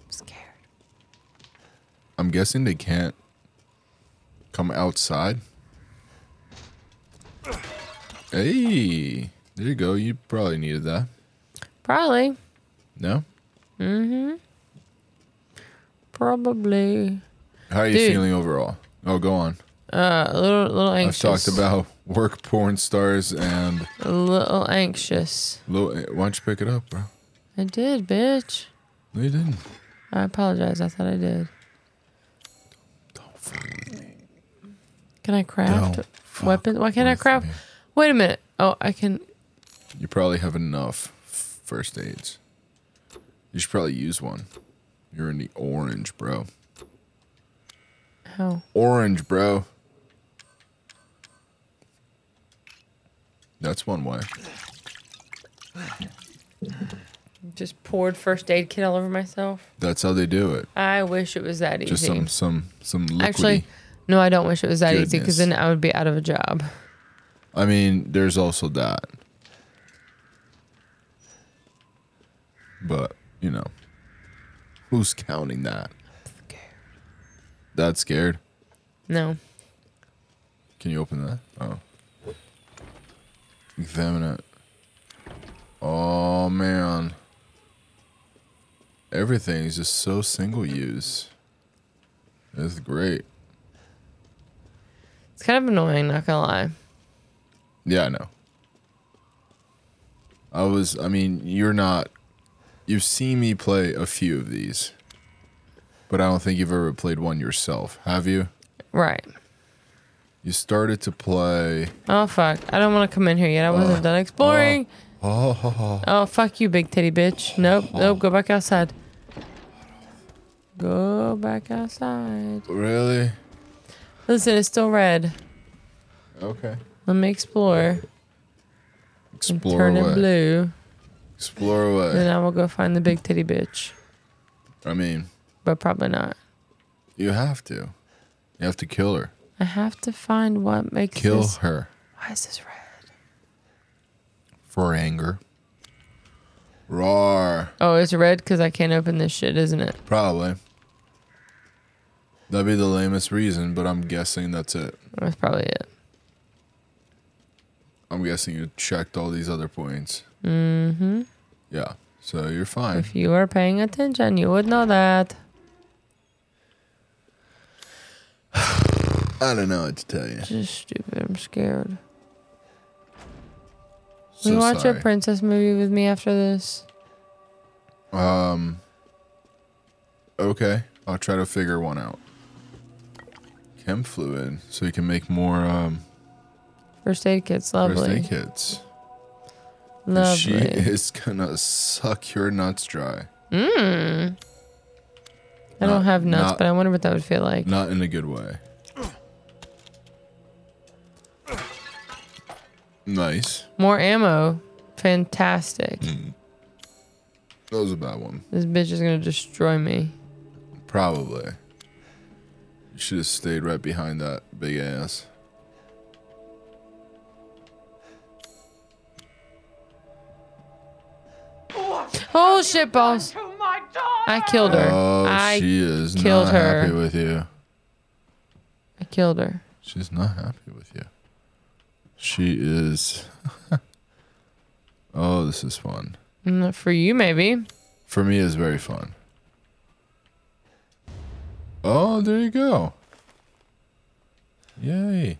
Speaker 1: I'm scared.
Speaker 2: I'm guessing they can't come outside. Hey, there you go. You probably needed that.
Speaker 1: Probably.
Speaker 2: No? Mm hmm.
Speaker 1: Probably.
Speaker 2: How are you
Speaker 1: Dude.
Speaker 2: feeling overall? Oh, go on.
Speaker 1: Uh, a little, little
Speaker 2: I've
Speaker 1: anxious.
Speaker 2: talked about *laughs* work, porn stars, and
Speaker 1: A little anxious.
Speaker 2: low. Why don't you pick it up, bro?
Speaker 1: I did, bitch.
Speaker 2: No, you didn't.
Speaker 1: I apologize. I thought I did. Can I craft
Speaker 2: Don't fuck
Speaker 1: weapons? Why can't I
Speaker 2: with
Speaker 1: craft?
Speaker 2: me.
Speaker 1: Wait a minute. Oh, I can.
Speaker 2: You probably have enough f- first aids. You should probably use one. You're in the orange, bro.
Speaker 1: How?
Speaker 2: Orange, bro. That's one way.
Speaker 1: Just poured first aid kit all over myself.
Speaker 2: That's how they do it.
Speaker 1: I wish it was that easy.
Speaker 2: Just some some some liquidy.
Speaker 1: Actually, no, I don't wish it was that easy
Speaker 2: Goodness.
Speaker 1: because then I would be out of a job.
Speaker 2: I mean, there's also that. But, you know, who's counting that? That's scared.
Speaker 1: No.
Speaker 2: Can you open that? Oh. Examine it. Oh, man. Everything is just so single use. It's great.
Speaker 1: It's kind of annoying, not gonna lie.
Speaker 2: Yeah, I know. I was, I mean, you're not, you've seen me play a few of these, but I don't think you've ever played one yourself, have you?
Speaker 1: Right.
Speaker 2: You started to play,
Speaker 1: Oh fuck. I don't wanna come in here yet. I wasn't done exploring. Oh. fuck you, big titty bitch. Nope. Nope. Go back outside. Go back outside.
Speaker 2: really?
Speaker 1: Listen, it's still red.
Speaker 2: Okay.
Speaker 1: Let me explore. and
Speaker 2: Explore
Speaker 1: turn
Speaker 2: away.
Speaker 1: it blue.
Speaker 2: Explore away.
Speaker 1: Then I will go find the big titty bitch.
Speaker 2: I mean,
Speaker 1: But probably not.
Speaker 2: you have to. You have to kill her.
Speaker 1: I have to find what makes
Speaker 2: Kill
Speaker 1: this.
Speaker 2: her
Speaker 1: Why is this red?
Speaker 2: for anger. Roar.
Speaker 1: Oh, it's red because I can't open this shit, isn't it?
Speaker 2: Probably. That'd be the lamest reason, but I'm guessing that's it.
Speaker 1: That's probably it.
Speaker 2: I'm guessing you checked all these other points. Mm-hmm. Yeah. So you're fine.
Speaker 1: If you were paying attention, you would know that.
Speaker 2: I don't know what to tell you.
Speaker 1: Just stupid. I'm scared.
Speaker 2: So
Speaker 1: we watch
Speaker 2: sorry.
Speaker 1: a princess movie with me after this.
Speaker 2: um. Okay, I'll try to figure one out. Chem fluid, so you can make more um,
Speaker 1: First aid kit's
Speaker 2: first
Speaker 1: lovely.
Speaker 2: aid kits. 'Cause She *laughs*
Speaker 1: Lovely.
Speaker 2: is gonna suck your nuts dry.
Speaker 1: I don't
Speaker 2: not-
Speaker 1: have nuts,
Speaker 2: not-
Speaker 1: but I wonder what that would feel like.
Speaker 2: Not in a good way. Nice.
Speaker 1: More ammo. Fantastic.
Speaker 2: Hmm. That was a bad one.
Speaker 1: This bitch is gonna destroy me.
Speaker 2: Probably. You should have stayed right behind that big ass.
Speaker 1: Oh shit, balls! I killed her.
Speaker 2: Oh,
Speaker 1: I
Speaker 2: she is
Speaker 1: killed
Speaker 2: not
Speaker 1: her.
Speaker 2: happy with you.
Speaker 1: I killed her.
Speaker 2: She's not happy with you. She is. *laughs* oh, this is fun.
Speaker 1: Mm, For you, maybe.
Speaker 2: For me, it's very fun. Oh, there you go. Yay.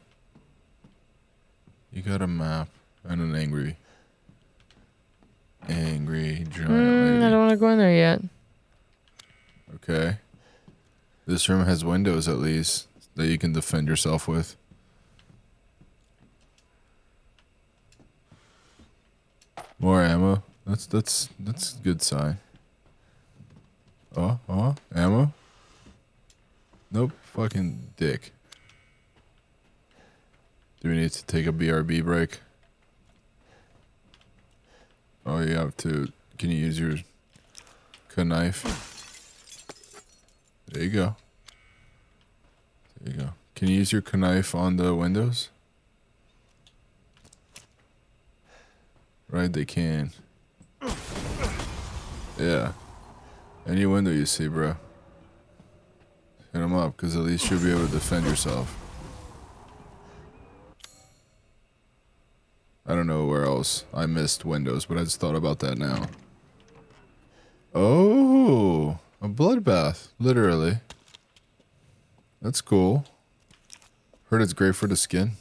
Speaker 2: You got a map and an angry, angry giant lady.
Speaker 1: Mm, I don't want to go in there yet.
Speaker 2: Okay. This room has windows at least that you can defend yourself with. More ammo. That's that's that's a good sign. Oh, oh, ammo. Nope, fucking dick. Do we need to take a BRB break? Oh, you have to. Can you use your knife? There you go. There you go. Can you use your knife on the windows? Right, they can. Yeah. Any window you see, bro. Hit them up, because at least you'll be able to defend yourself. I don't know where else. I missed windows, but I just thought about that now. Oh, A bloodbath, literally. That's cool. Heard it's great for the skin.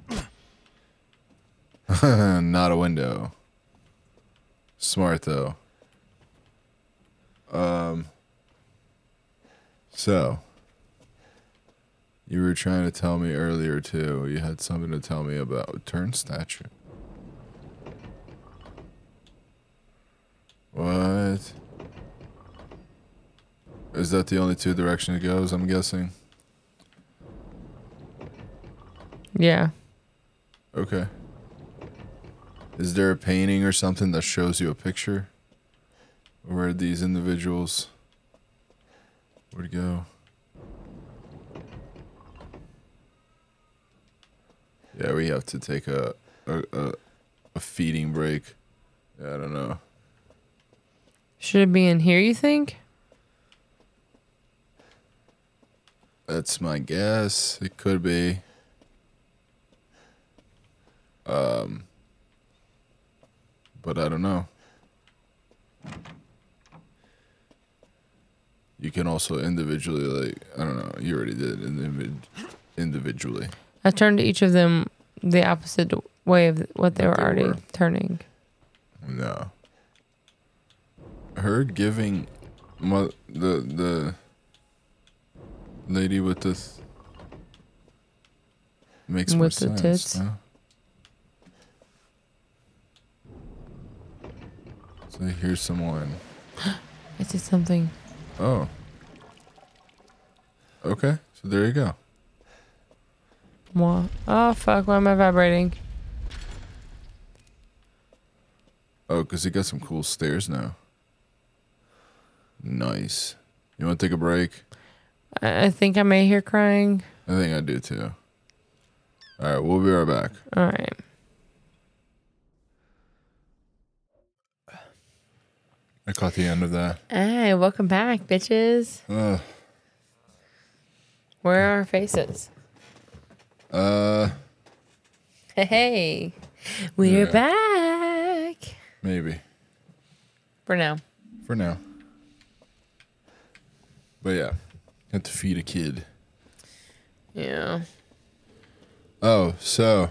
Speaker 2: *laughs* Not a window. Smart though. Um. So. You were trying to tell me earlier too. You had something to tell me about turn statue. What? Is that the only two direction it goes? I'm guessing.
Speaker 1: Yeah.
Speaker 2: Okay. Is there a painting or something that shows you a picture of where these individuals would go? Yeah, we have to take a a, a, a feeding break. Yeah, I don't know.
Speaker 1: Should it be in here, you think?
Speaker 2: That's my guess. It could be. Um, Um, but I don't know. You can also individually, like, I don't know. You already did it individ- individually.
Speaker 1: I turned each of them the opposite way of what they
Speaker 2: What
Speaker 1: were
Speaker 2: they
Speaker 1: already
Speaker 2: were.
Speaker 1: turning.
Speaker 2: No. Her giving mo- the the lady with the th- makes more
Speaker 1: With the
Speaker 2: sense.
Speaker 1: tits?
Speaker 2: no? So here's someone.
Speaker 1: I did something.
Speaker 2: Oh. Okay, so there you go.
Speaker 1: Moi. Oh, fuck. Why am I vibrating?
Speaker 2: Oh, because he got some cool stairs now. Nice. You want to take a break?
Speaker 1: I, I think I may hear crying.
Speaker 2: I think I do too. All right, we'll be right back.
Speaker 1: All right.
Speaker 2: I caught the end of that.
Speaker 1: Hey, welcome back, bitches.
Speaker 2: Ugh.
Speaker 1: Where are our faces?
Speaker 2: Uh,
Speaker 1: Hey, we're
Speaker 2: Yeah.
Speaker 1: back
Speaker 2: maybe
Speaker 1: for now.
Speaker 2: for now. But yeah, have to feed a kid.
Speaker 1: Yeah.
Speaker 2: Oh, so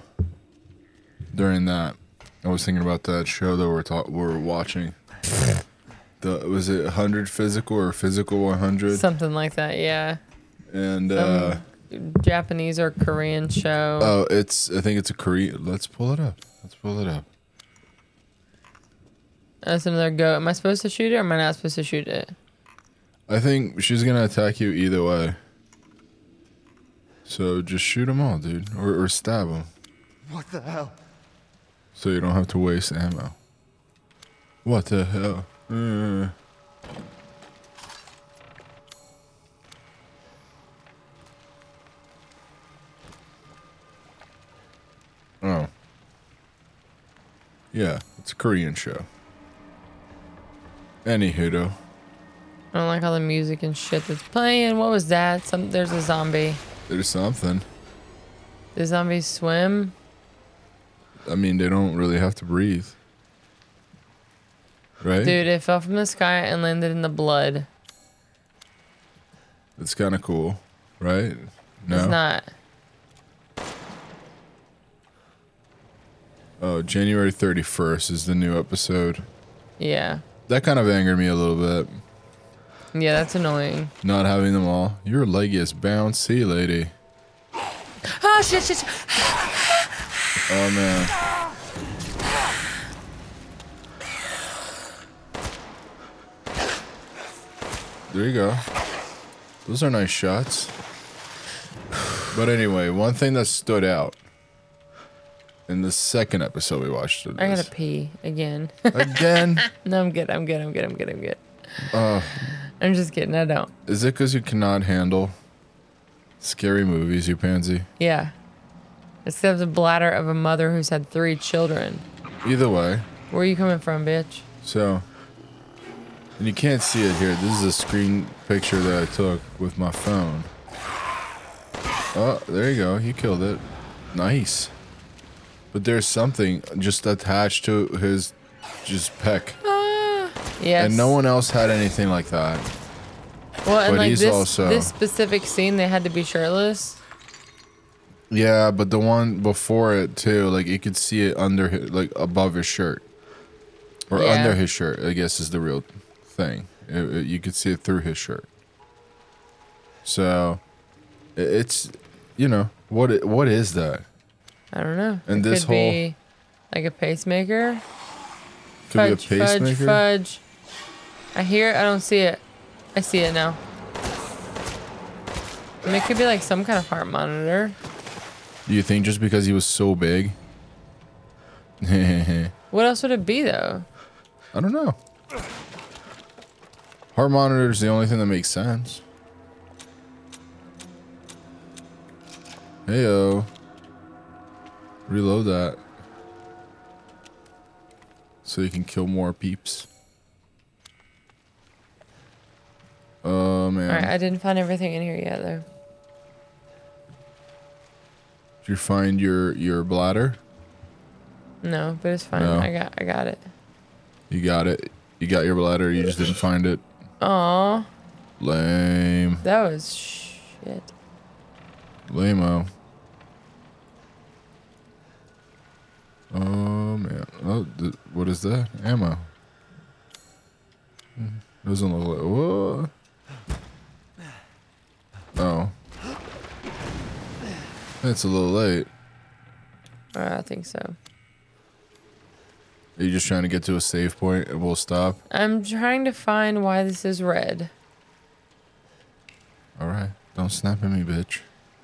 Speaker 2: during that, I was thinking about that show that we're ta- we're watching. The was it 100 physical or physical 100?
Speaker 1: Something like that, yeah.
Speaker 2: and uh,
Speaker 1: Japanese or Korean show.
Speaker 2: oh, it's I think it's a Korean. Let's pull it up. Let's pull it up.
Speaker 1: That's another go. Am I supposed to shoot it or am I not supposed to shoot it?
Speaker 2: I think she's gonna attack you either way. So just shoot them all, dude, or, or stab them.
Speaker 4: What the hell?
Speaker 2: So you don't have to waste ammo. What the hell? Uh. Oh. Yeah, it's a Korean show. Anywho, though.
Speaker 1: I don't like all the music and shit that's playing. What was that? Some there's a zombie.
Speaker 2: there's something.
Speaker 1: The zombies swim.
Speaker 2: I mean, they don't really have to breathe. Right?
Speaker 1: Dude, it fell from the sky and landed in the blood.
Speaker 2: It's kind of cool, right? No.
Speaker 1: It's not.
Speaker 2: Oh, January 31st is the new episode.
Speaker 1: Yeah.
Speaker 2: That kind of angered me a little bit.
Speaker 1: Yeah, that's annoying.
Speaker 2: Not having them all. Your leg is bouncy, lady.
Speaker 1: Oh shit, shit, shit.
Speaker 2: Oh, man. There you go. Those are nice shots. But anyway, one thing that stood out in the second episode we watched of
Speaker 1: I
Speaker 2: this.
Speaker 1: gotta pee again. *laughs*
Speaker 2: Again?
Speaker 1: no, I'm good. I'm good. I'm good. I'm good. I'm good. I'm just kidding. I don't.
Speaker 2: Is it because you cannot handle scary movies, you pansy?
Speaker 1: Yeah. Except the bladder of a mother who's had three children.
Speaker 2: Either way,
Speaker 1: Where are you coming from, bitch?
Speaker 2: so. And you can't see it here. This is a screen picture that I took with my phone. Oh, there you go. You killed it. Nice. But there's something just attached to his just peck.
Speaker 1: Yes.
Speaker 2: And no one else had anything like that.
Speaker 1: Well, and
Speaker 2: but
Speaker 1: like
Speaker 2: he's
Speaker 1: this,
Speaker 2: also-
Speaker 1: this specific scene, they had to be shirtless.
Speaker 2: Yeah, but the one before it too, like you could see it under his, like above his shirt, or
Speaker 1: Yeah.
Speaker 2: under his shirt. I guess is the real thing. It- it- you could see it through his shirt. So, i- it's you know what i- what is that?
Speaker 1: I don't know.
Speaker 2: And this
Speaker 1: could
Speaker 2: whole-
Speaker 1: be like a pacemaker.
Speaker 2: Could
Speaker 1: fudge,
Speaker 2: be a pacemaker.
Speaker 1: fudge, fudge. I hear it. I don't see it. I see it now. And it could be like some kind of heart monitor.
Speaker 2: Do you think just because he was
Speaker 1: *laughs*
Speaker 2: so big? *laughs* I
Speaker 1: What else would it be though?
Speaker 2: don't know. Heart monitor is the only thing that makes sense. Heyo. Reload that. So you can kill more peeps. Oh man.
Speaker 1: All right, I didn't find everything in here yet though.
Speaker 2: Did you find your your bladder?
Speaker 1: No, but it's fine.
Speaker 2: No.
Speaker 1: I got, I got it.
Speaker 2: You got it. You got your bladder. You just didn't find it.
Speaker 1: Aw,
Speaker 2: Lame.
Speaker 1: that was shit.
Speaker 2: Lame-o. Oh man. Oh, th- what is that? Ammo. Hmm, Doesn't look like. Whoa. Oh. That's a little late.
Speaker 1: Uh, I think so.
Speaker 2: Are you just trying to get to a save point and we'll stop?
Speaker 1: I'm trying to find why this is red.
Speaker 2: All right. Don't snap at me, bitch.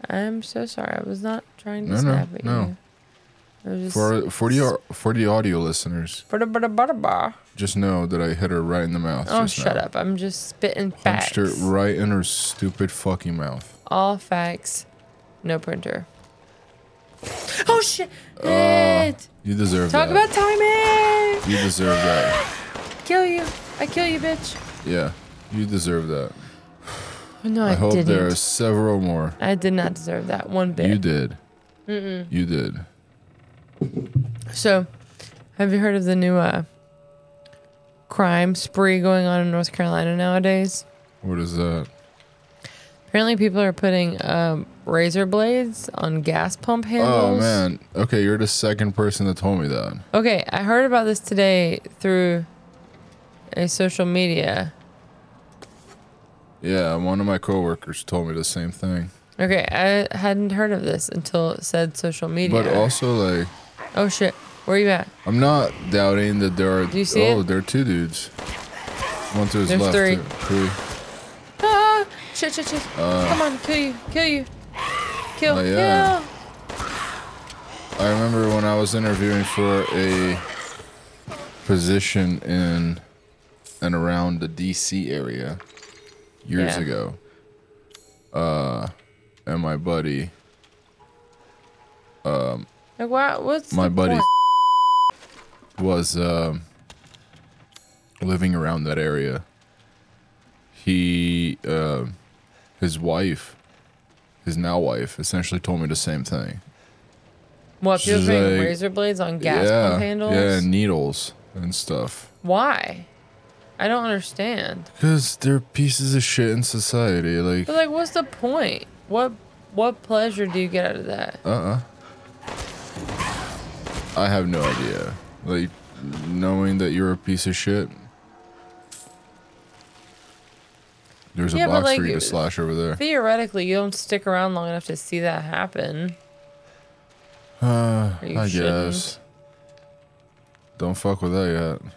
Speaker 1: I'm so sorry. I was not trying to
Speaker 2: No, no,
Speaker 1: snap at
Speaker 2: no.
Speaker 1: you. I was just
Speaker 2: For for the au- for the audio listeners,
Speaker 1: Bada bada bada ba.
Speaker 2: just know that I hit her right in the mouth.
Speaker 1: Oh,
Speaker 2: just
Speaker 1: shut
Speaker 2: now.
Speaker 1: up. I'm just spitting
Speaker 2: Punched
Speaker 1: facts.
Speaker 2: her right in her stupid fucking mouth.
Speaker 1: All facts. No
Speaker 2: *sighs*
Speaker 1: printer. Oh, shit.
Speaker 2: Uh,
Speaker 1: It.
Speaker 2: You deserve
Speaker 1: Talk
Speaker 2: that.
Speaker 1: about timing.
Speaker 2: You deserve that.
Speaker 1: Kill you. I kill you, bitch.
Speaker 2: Yeah, you deserve that.
Speaker 1: Oh, no, I,
Speaker 2: I, hope
Speaker 1: didn't.
Speaker 2: there are several more.
Speaker 1: I did not deserve that one bit.
Speaker 2: You did. Mm-mm. You did.
Speaker 1: So, have you heard of the new uh, crime spree going on in North Carolina nowadays?
Speaker 2: What is that?
Speaker 1: Apparently, people are putting um, razor blades on gas pump handles.
Speaker 2: Oh man. Okay, you're the second person that told me that.
Speaker 1: Okay, I heard about this today through a social media.
Speaker 2: Yeah, one of my coworkers told me the same thing.
Speaker 1: Okay, I hadn't heard of this until it said social media.
Speaker 2: But also, like,
Speaker 1: oh shit, where you at?
Speaker 2: I'm not doubting that there are.
Speaker 1: Do you see
Speaker 2: oh,
Speaker 1: it?
Speaker 2: there are two dudes. One to his
Speaker 1: There's
Speaker 2: left.
Speaker 1: three.
Speaker 2: Three.
Speaker 1: Ah, shit, shit, shit. Come on, kill you, kill you, kill,
Speaker 2: Uh. Oh, yeah.
Speaker 1: kill.
Speaker 2: I remember when I was interviewing for a position in and around the DC area years
Speaker 1: Yeah.
Speaker 2: ago. Uh, and my buddy,
Speaker 1: Like, why, what's
Speaker 2: my
Speaker 1: the
Speaker 2: buddy
Speaker 1: point?
Speaker 2: was um, living around that area. He, um his wife, his now wife, essentially told me the same thing.
Speaker 1: What people
Speaker 2: She's
Speaker 1: putting
Speaker 2: like-
Speaker 1: razor blades on gas
Speaker 2: yeah,
Speaker 1: pump handles?
Speaker 2: yeah, needles and stuff.
Speaker 1: Why? I don't understand.
Speaker 2: Because they're pieces of shit in society. Like,
Speaker 1: But like, what's the point? What what pleasure do you get out of that?
Speaker 2: Uh. I have no idea. Like, knowing that you're a piece of shit. There's a
Speaker 1: Yeah, but,
Speaker 2: box
Speaker 1: like,
Speaker 2: for you to slash over there.
Speaker 1: Theoretically, you don't stick around long enough to see that happen. Or you
Speaker 2: *sighs* I
Speaker 1: shouldn't.
Speaker 2: guess. Don't fuck with that yet.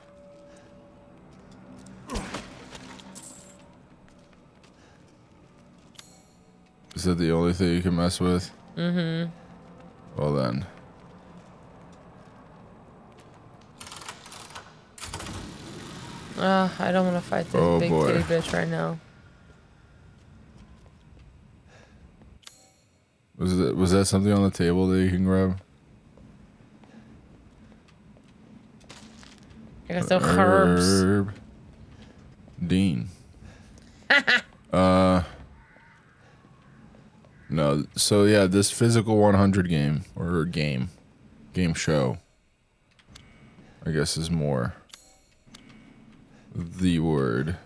Speaker 2: Is that the only thing you can mess with? Mm
Speaker 1: Mm-hmm.
Speaker 2: hmm. Well, then.
Speaker 1: Uh, I don't want to fight this
Speaker 2: Oh,
Speaker 1: big
Speaker 2: boy.
Speaker 1: titty bitch right now.
Speaker 2: Was that, was that something on the table that you can grab?
Speaker 1: I got some herbs.
Speaker 2: Herb.
Speaker 1: *laughs*
Speaker 2: Dean. uh, no. So yeah, this physical 100 game or game, game show. I guess is more the word.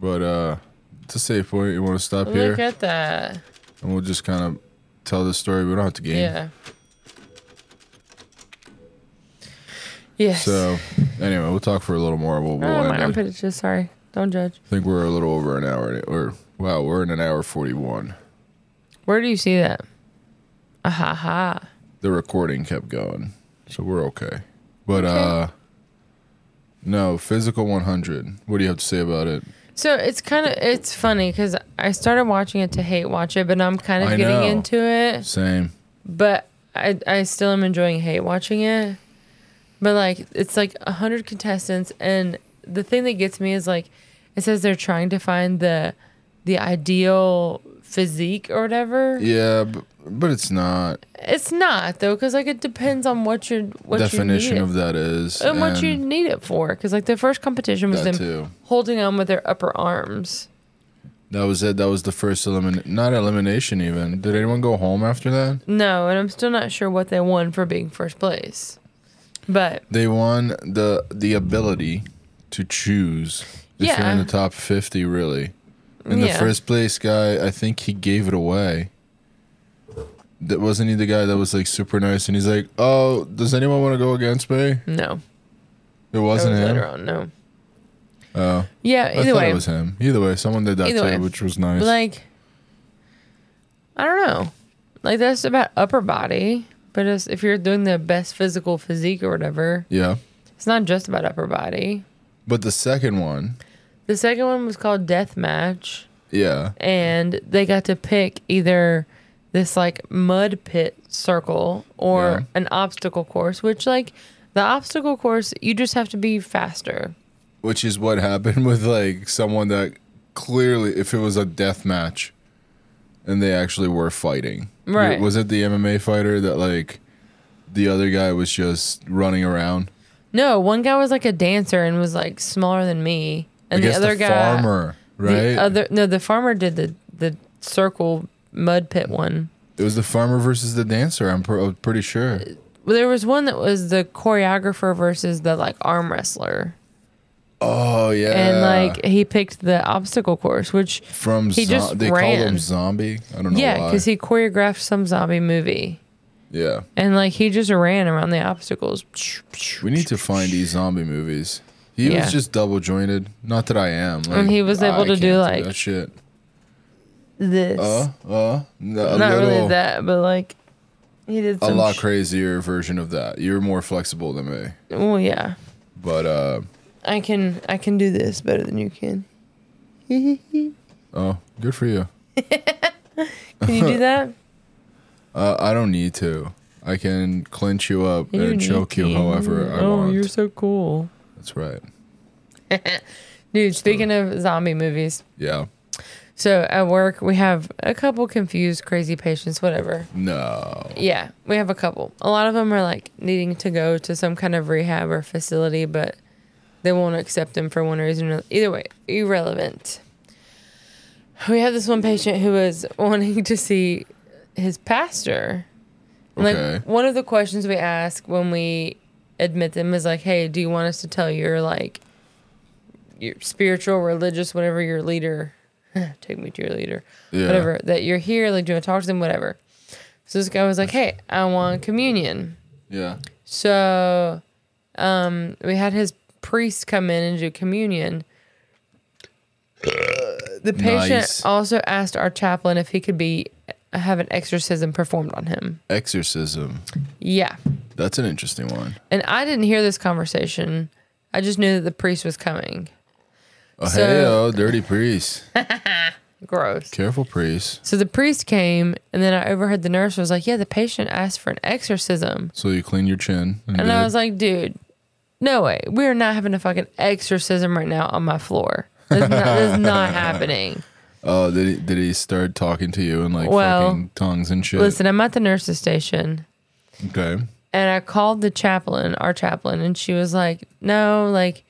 Speaker 2: But uh it's a safe point. You want to stop
Speaker 1: Look
Speaker 2: here,
Speaker 1: at that.
Speaker 2: and we'll just kind of tell the story. We don't have to game.
Speaker 1: Yeah. Yes.
Speaker 2: So anyway, we'll talk for a little more. We'll,
Speaker 1: oh,
Speaker 2: we'll
Speaker 1: my
Speaker 2: end it.
Speaker 1: armpit is just sorry. Don't judge.
Speaker 2: I think we're a little over an hour, or wow, we're in an hour forty-one.
Speaker 1: Where do you see that? Ah ha ha.
Speaker 2: the recording kept going. So we're okay. But uh no, physical 100. What do you have to say about it?
Speaker 1: So it's kind of it's funny because I started watching it to hate watch it, but I'm kind of
Speaker 2: I
Speaker 1: getting
Speaker 2: know.
Speaker 1: into it.
Speaker 2: Same.
Speaker 1: But I I still am enjoying hate watching it. But like it's like a hundred contestants, and the thing that gets me is like it says they're trying to find the the ideal physique or whatever.
Speaker 2: Yeah, but, but it's not.
Speaker 1: It's not though, because like it depends on what your what
Speaker 2: Definition
Speaker 1: you need
Speaker 2: of that is.
Speaker 1: it, and what you need it for. Because like the first competition was
Speaker 2: that
Speaker 1: them
Speaker 2: too.
Speaker 1: holding on with their upper arms.
Speaker 2: That was it. That was the first elimin not elimination even. Did anyone go home after that?
Speaker 1: No, and I'm still not sure what they won for being first place. But
Speaker 2: They won the the ability to choose if you're in
Speaker 1: Yeah.
Speaker 2: the top 50 really. And
Speaker 1: Yeah.
Speaker 2: the first place guy, I think he gave it away. That wasn't he the guy that was like super nice and he's like, "Oh, does anyone want to go against me?"
Speaker 1: no,
Speaker 2: It
Speaker 1: that was
Speaker 2: wasn't him.
Speaker 1: later on. No.
Speaker 2: Oh,
Speaker 1: Yeah.
Speaker 2: I
Speaker 1: Either
Speaker 2: thought
Speaker 1: way,
Speaker 2: it was him. Either way, someone did that
Speaker 1: Either
Speaker 2: too,
Speaker 1: way.
Speaker 2: which was nice.
Speaker 1: like I don't know. Like that's about upper body, but it's, if you're doing the best physical physique or whatever,
Speaker 2: yeah.
Speaker 1: it's not just about upper body.
Speaker 2: But the second one,
Speaker 1: The second one was called Death Match.
Speaker 2: yeah.
Speaker 1: and they got to pick either this like mud pit circle or
Speaker 2: Yeah.
Speaker 1: an obstacle course, which like the obstacle course you just have to be faster.
Speaker 2: which is what happened with like someone that clearly if it was a death match and they actually were fighting
Speaker 1: Right.
Speaker 2: was it the mma fighter that like the other guy was just running around
Speaker 1: No, one guy was like a dancer and was like smaller than me, and
Speaker 2: i
Speaker 1: the
Speaker 2: guess
Speaker 1: other
Speaker 2: the
Speaker 1: guy,
Speaker 2: farmer
Speaker 1: the
Speaker 2: right
Speaker 1: other no, the farmer did the the circle mud pit one.
Speaker 2: it was the farmer versus the dancer i'm, pr- I'm pretty sure
Speaker 1: Well, There was one that was the choreographer versus the like arm wrestler,
Speaker 2: oh yeah
Speaker 1: and like he picked the obstacle course, which
Speaker 2: from
Speaker 1: he
Speaker 2: zo-
Speaker 1: just
Speaker 2: they call him
Speaker 1: ran.
Speaker 2: zombie i don't know
Speaker 1: yeah,
Speaker 2: why
Speaker 1: because he choreographed some zombie movie.
Speaker 2: yeah
Speaker 1: And like he just ran around the obstacles.
Speaker 2: we need to find these zombie movies he
Speaker 1: Yeah.
Speaker 2: was just double jointed not that i am like,
Speaker 1: And he was able
Speaker 2: I
Speaker 1: to do,
Speaker 2: can't
Speaker 1: like,
Speaker 2: that shit
Speaker 1: This.
Speaker 2: Uh, uh, n- a
Speaker 1: Not
Speaker 2: little,
Speaker 1: really that, but like he did
Speaker 2: a
Speaker 1: some
Speaker 2: lot
Speaker 1: sh-
Speaker 2: crazier version of that. You're more flexible than me,
Speaker 1: Well, yeah.
Speaker 2: but uh,
Speaker 1: I can I can do this better than you can.
Speaker 2: oh, good for you.
Speaker 1: Can you
Speaker 2: *laughs*
Speaker 1: do that?
Speaker 2: Uh, I don't need to. I can clinch you up
Speaker 1: You
Speaker 2: and
Speaker 1: need
Speaker 2: choke you
Speaker 1: to.
Speaker 2: however I
Speaker 1: Oh,
Speaker 2: want.
Speaker 1: you're so cool.
Speaker 2: That's right.
Speaker 1: Dude, speaking of zombie movies,
Speaker 2: Yeah.
Speaker 1: so at work we have a couple confused crazy patients, whatever.
Speaker 2: No.
Speaker 1: Yeah, we have a couple. A lot of them are like needing to go to some kind of rehab or facility, but they won't accept them for one reason. or Either way, irrelevant. We have this one patient who was *laughs* wanting to see his pastor. And,
Speaker 2: Okay.
Speaker 1: Like one of the questions we ask when we admit them is like, "Hey, do you want us to tell your like your spiritual, religious, whatever your leader? *laughs* Take me to your leader,
Speaker 2: Yeah.
Speaker 1: whatever that you're here. Like, do you want to talk to them? Whatever." So this guy was like, "Hey, I want communion."
Speaker 2: Yeah.
Speaker 1: So um, we had his priest come in and do
Speaker 2: *coughs*
Speaker 1: communion. The patient
Speaker 2: Nice.
Speaker 1: also asked our chaplain if he could be have an exorcism performed on him.
Speaker 2: Exorcism.
Speaker 1: Yeah.
Speaker 2: That's an interesting one.
Speaker 1: And I didn't hear this conversation. I just knew that the priest was coming.
Speaker 2: Oh,
Speaker 1: So-
Speaker 2: hey, oh, dirty priest.
Speaker 1: Gross.
Speaker 2: Careful, priest.
Speaker 1: So the priest came, and then I overheard the nurse was like, "Yeah, the patient asked for an exorcism,"
Speaker 2: So you clean your chin. And,
Speaker 1: and I
Speaker 2: did-
Speaker 1: was like, "Dude, no way. We are not having a fucking exorcism right now on my floor. That's not, that's not happening."
Speaker 2: oh, did he, did he start talking to you in like
Speaker 1: Well,
Speaker 2: fucking tongues and shit?
Speaker 1: Listen, I'm at the nurse's station,
Speaker 2: Okay.
Speaker 1: and I called the chaplain, our chaplain, and she was like, "No, like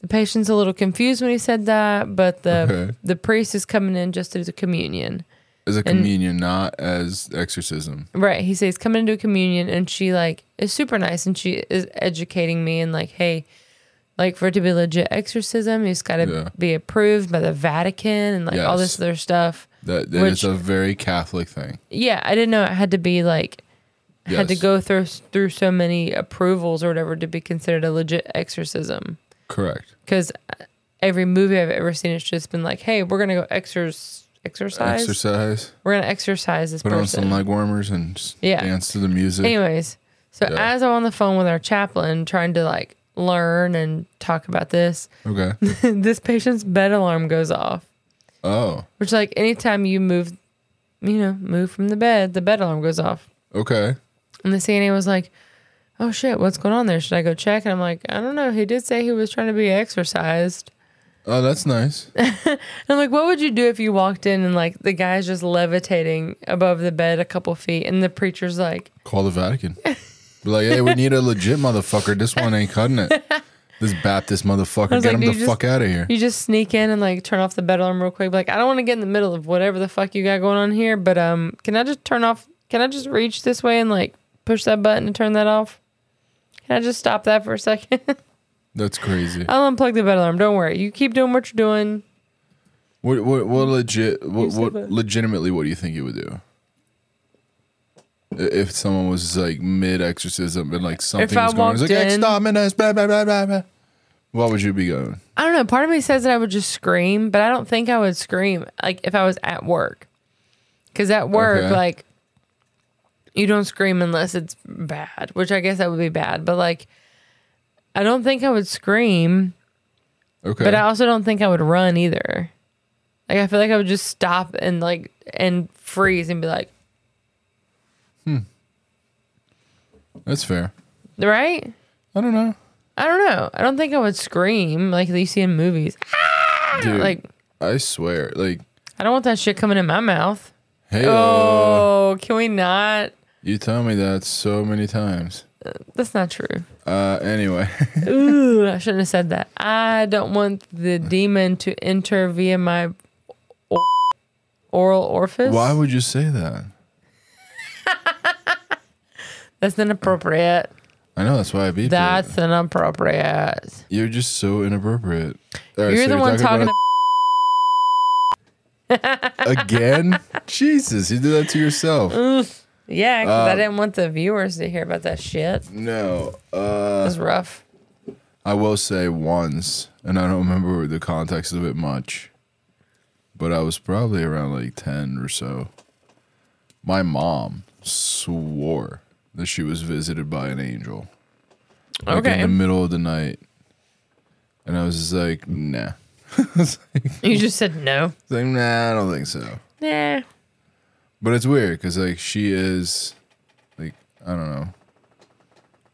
Speaker 1: the patient's a little confused when he said that, but the
Speaker 2: Okay.
Speaker 1: the priest is coming in just to do the communion."
Speaker 2: As a communion, not as exorcism.
Speaker 1: Right. He says, come into communion. And she like is super nice. And she is educating me and like, hey, like for it to be legit exorcism, it's got to
Speaker 2: Yeah.
Speaker 1: be approved by the Vatican and like all this
Speaker 2: Yes.
Speaker 1: other stuff.
Speaker 2: That, that
Speaker 1: Which-
Speaker 2: is a very Catholic thing.
Speaker 1: Yeah, I didn't know it had to be like had to
Speaker 2: Yes.
Speaker 1: go through through so many approvals or whatever to be considered a legit exorcism.
Speaker 2: Correct.
Speaker 1: Because every movie I've ever seen, it's just been like, hey, we're gonna go exorc- exercise.
Speaker 2: Exercise.
Speaker 1: We're gonna exercise this
Speaker 2: Put on
Speaker 1: person.
Speaker 2: some leg warmers and just
Speaker 1: Yeah.
Speaker 2: dance to the music.
Speaker 1: Anyways, so
Speaker 2: Yeah.
Speaker 1: as I'm on the phone with our chaplain, trying to like learn and talk about this, *laughs*
Speaker 2: Okay.
Speaker 1: this patient's bed alarm goes off.
Speaker 2: Oh.
Speaker 1: Which like anytime you move, you know, move from the bed, the bed alarm goes off.
Speaker 2: Okay.
Speaker 1: And the CNA was like, "Oh shit, what's going on there? Should I go check?" And I'm like, "I don't know. He did say he was trying to be exercised."
Speaker 2: Oh, that's nice.
Speaker 1: And I'm like, "What would you do if you walked in and like the guy's just levitating above the bed a couple feet, and the preacher's like,
Speaker 2: Call the Vatican. Be like, hey, we need a legit motherfucker. This one ain't cutting it. This Baptist motherfucker.
Speaker 1: I
Speaker 2: Get
Speaker 1: was like,
Speaker 2: him
Speaker 1: do
Speaker 2: the
Speaker 1: you just-
Speaker 2: fuck out of here.
Speaker 1: you just sneak in and like turn off the bed alarm real quick? Be like, I don't want to get in the middle of whatever the fuck you got going on here, but um, can I just turn off? Can I just reach this way and like push that button and turn that off? Can I just stop that for a second? *laughs*
Speaker 2: That's crazy.
Speaker 1: I'll unplug the bed alarm. Don't worry. You keep doing what you're doing.
Speaker 2: What, what, what legit, what,
Speaker 1: said
Speaker 2: what,
Speaker 1: that.
Speaker 2: legitimately, what do you think you would do? I- If someone was like mid exorcism and like something
Speaker 1: I
Speaker 2: was going on, it's like,
Speaker 1: walked in-
Speaker 2: exterminus, blah, blah, blah, blah, blah. What would you be going?
Speaker 1: I don't know. Part of me says that I would just scream, but I don't think I would scream like if I was at work. Because at work,
Speaker 2: Okay.
Speaker 1: like, you don't scream unless it's bad, which I guess that would be bad. But like, I don't think I would scream,
Speaker 2: Okay.
Speaker 1: but I also don't think I would run either. Like, I feel like I would just stop and like and freeze and be like,
Speaker 2: That's fair.
Speaker 1: right?
Speaker 2: I don't know.
Speaker 1: I don't know. I don't think I would scream like you see in movies.
Speaker 2: Dude,
Speaker 1: Like,
Speaker 2: I swear. Like,
Speaker 1: I don't want that shit coming in my mouth.
Speaker 2: hey, uh,
Speaker 1: Oh, can we not?
Speaker 2: you tell me that so many times.
Speaker 1: That's not true.
Speaker 2: Uh, anyway,
Speaker 1: Ooh, I shouldn't have said that. I don't want the demon to enter via my or- oral orifice.
Speaker 2: why would you say that?
Speaker 1: That's inappropriate.
Speaker 2: I know that's why I beat
Speaker 1: That's inappropriate.
Speaker 2: You're just so inappropriate. All right,
Speaker 1: You're
Speaker 2: so
Speaker 1: the one talking.
Speaker 2: about it
Speaker 1: *laughs*
Speaker 2: again. Jesus, you did that to yourself.
Speaker 1: Mm. to- yeah, because I
Speaker 2: Uh,
Speaker 1: didn't want the viewers to hear about that shit.
Speaker 2: No, uh,
Speaker 1: That's rough.
Speaker 2: I will say once, and I don't remember the context of it much, but I was probably around like ten or so. My mom swore that she was visited by an angel. like,
Speaker 1: Okay,
Speaker 2: in the middle of the night. And I was just like, nah. *laughs* I was like, I
Speaker 1: you just said no.
Speaker 2: was like, nah, I don't think so.
Speaker 1: Nah.
Speaker 2: But it's weird because like she is, like I don't know,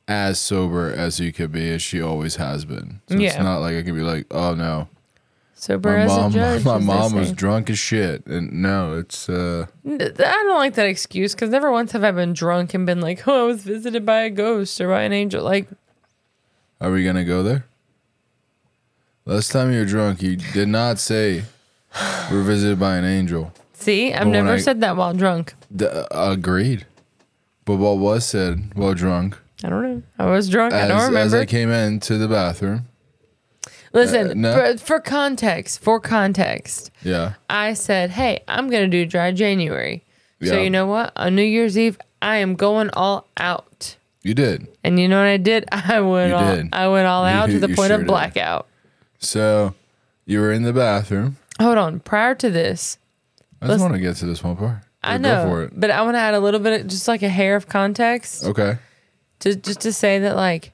Speaker 2: as sober as you could be as she always has been. So it's
Speaker 1: Yeah.
Speaker 2: not like I can be like, oh no,
Speaker 1: Sober
Speaker 2: my
Speaker 1: as
Speaker 2: mom, *laughs*
Speaker 1: a judge.
Speaker 2: my
Speaker 1: as they
Speaker 2: mom
Speaker 1: say.
Speaker 2: was drunk as shit, and no, it's uh,
Speaker 1: N- I don't like that excuse because never once have I been drunk and been like, oh, I was visited by a ghost or by an angel. Like,
Speaker 2: are we gonna go there? Last time you were drunk, you did not say we're visited by an angel.
Speaker 1: see, I've
Speaker 2: But when
Speaker 1: never
Speaker 2: I-
Speaker 1: said that while drunk.
Speaker 2: D- uh, agreed. But what was said while drunk,
Speaker 1: I don't know. I was drunk. I
Speaker 2: as,
Speaker 1: don't
Speaker 2: as
Speaker 1: remember.
Speaker 2: I came into the bathroom,
Speaker 1: Listen,
Speaker 2: uh, no.
Speaker 1: for, for context, for context,
Speaker 2: yeah,
Speaker 1: I said, "Hey, I'm gonna do dry January." So
Speaker 2: Yeah.
Speaker 1: you know what? On New Year's Eve, I am going all out.
Speaker 2: you did.
Speaker 1: And you know what I did? *laughs* I went
Speaker 2: You
Speaker 1: all,
Speaker 2: did.
Speaker 1: I went all
Speaker 2: You-
Speaker 1: out to the
Speaker 2: you
Speaker 1: point
Speaker 2: sure
Speaker 1: of
Speaker 2: did.
Speaker 1: blackout.
Speaker 2: So you were in the bathroom.
Speaker 1: Hold on. Prior to this,
Speaker 2: I just
Speaker 1: Listen-
Speaker 2: want to get to this one part.
Speaker 1: I
Speaker 2: Go
Speaker 1: know, but I want to add a little bit, of, just like a hair of context.
Speaker 2: Okay.
Speaker 1: to just to say that like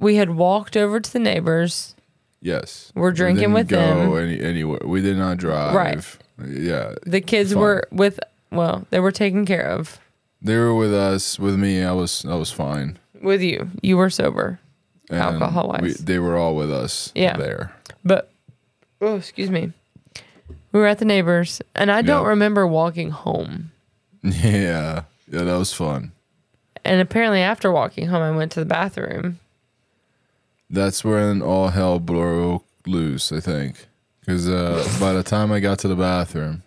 Speaker 1: we had walked over to the neighbors.
Speaker 2: Yes.
Speaker 1: We're drinking
Speaker 2: we
Speaker 1: with
Speaker 2: didn't go
Speaker 1: them.
Speaker 2: Any, anywhere. We did not drive. Yeah.
Speaker 1: The kids
Speaker 2: Fun.
Speaker 1: were with well, they were taken care of
Speaker 2: They were with us. With me, I was I was fine.
Speaker 1: with you. You were sober,
Speaker 2: And
Speaker 1: Alcohol-wise.
Speaker 2: we- they were all with us.
Speaker 1: Yeah.
Speaker 2: There. *laughs*
Speaker 1: but oh, excuse me. We were at the neighbors, and I don't
Speaker 2: Yeah.
Speaker 1: remember walking home.
Speaker 2: Yeah. Yeah. That was fun.
Speaker 1: And apparently, after walking home, I went to the bathroom.
Speaker 2: That's when all hell broke loose. I think because uh, by the time I got to the bathroom,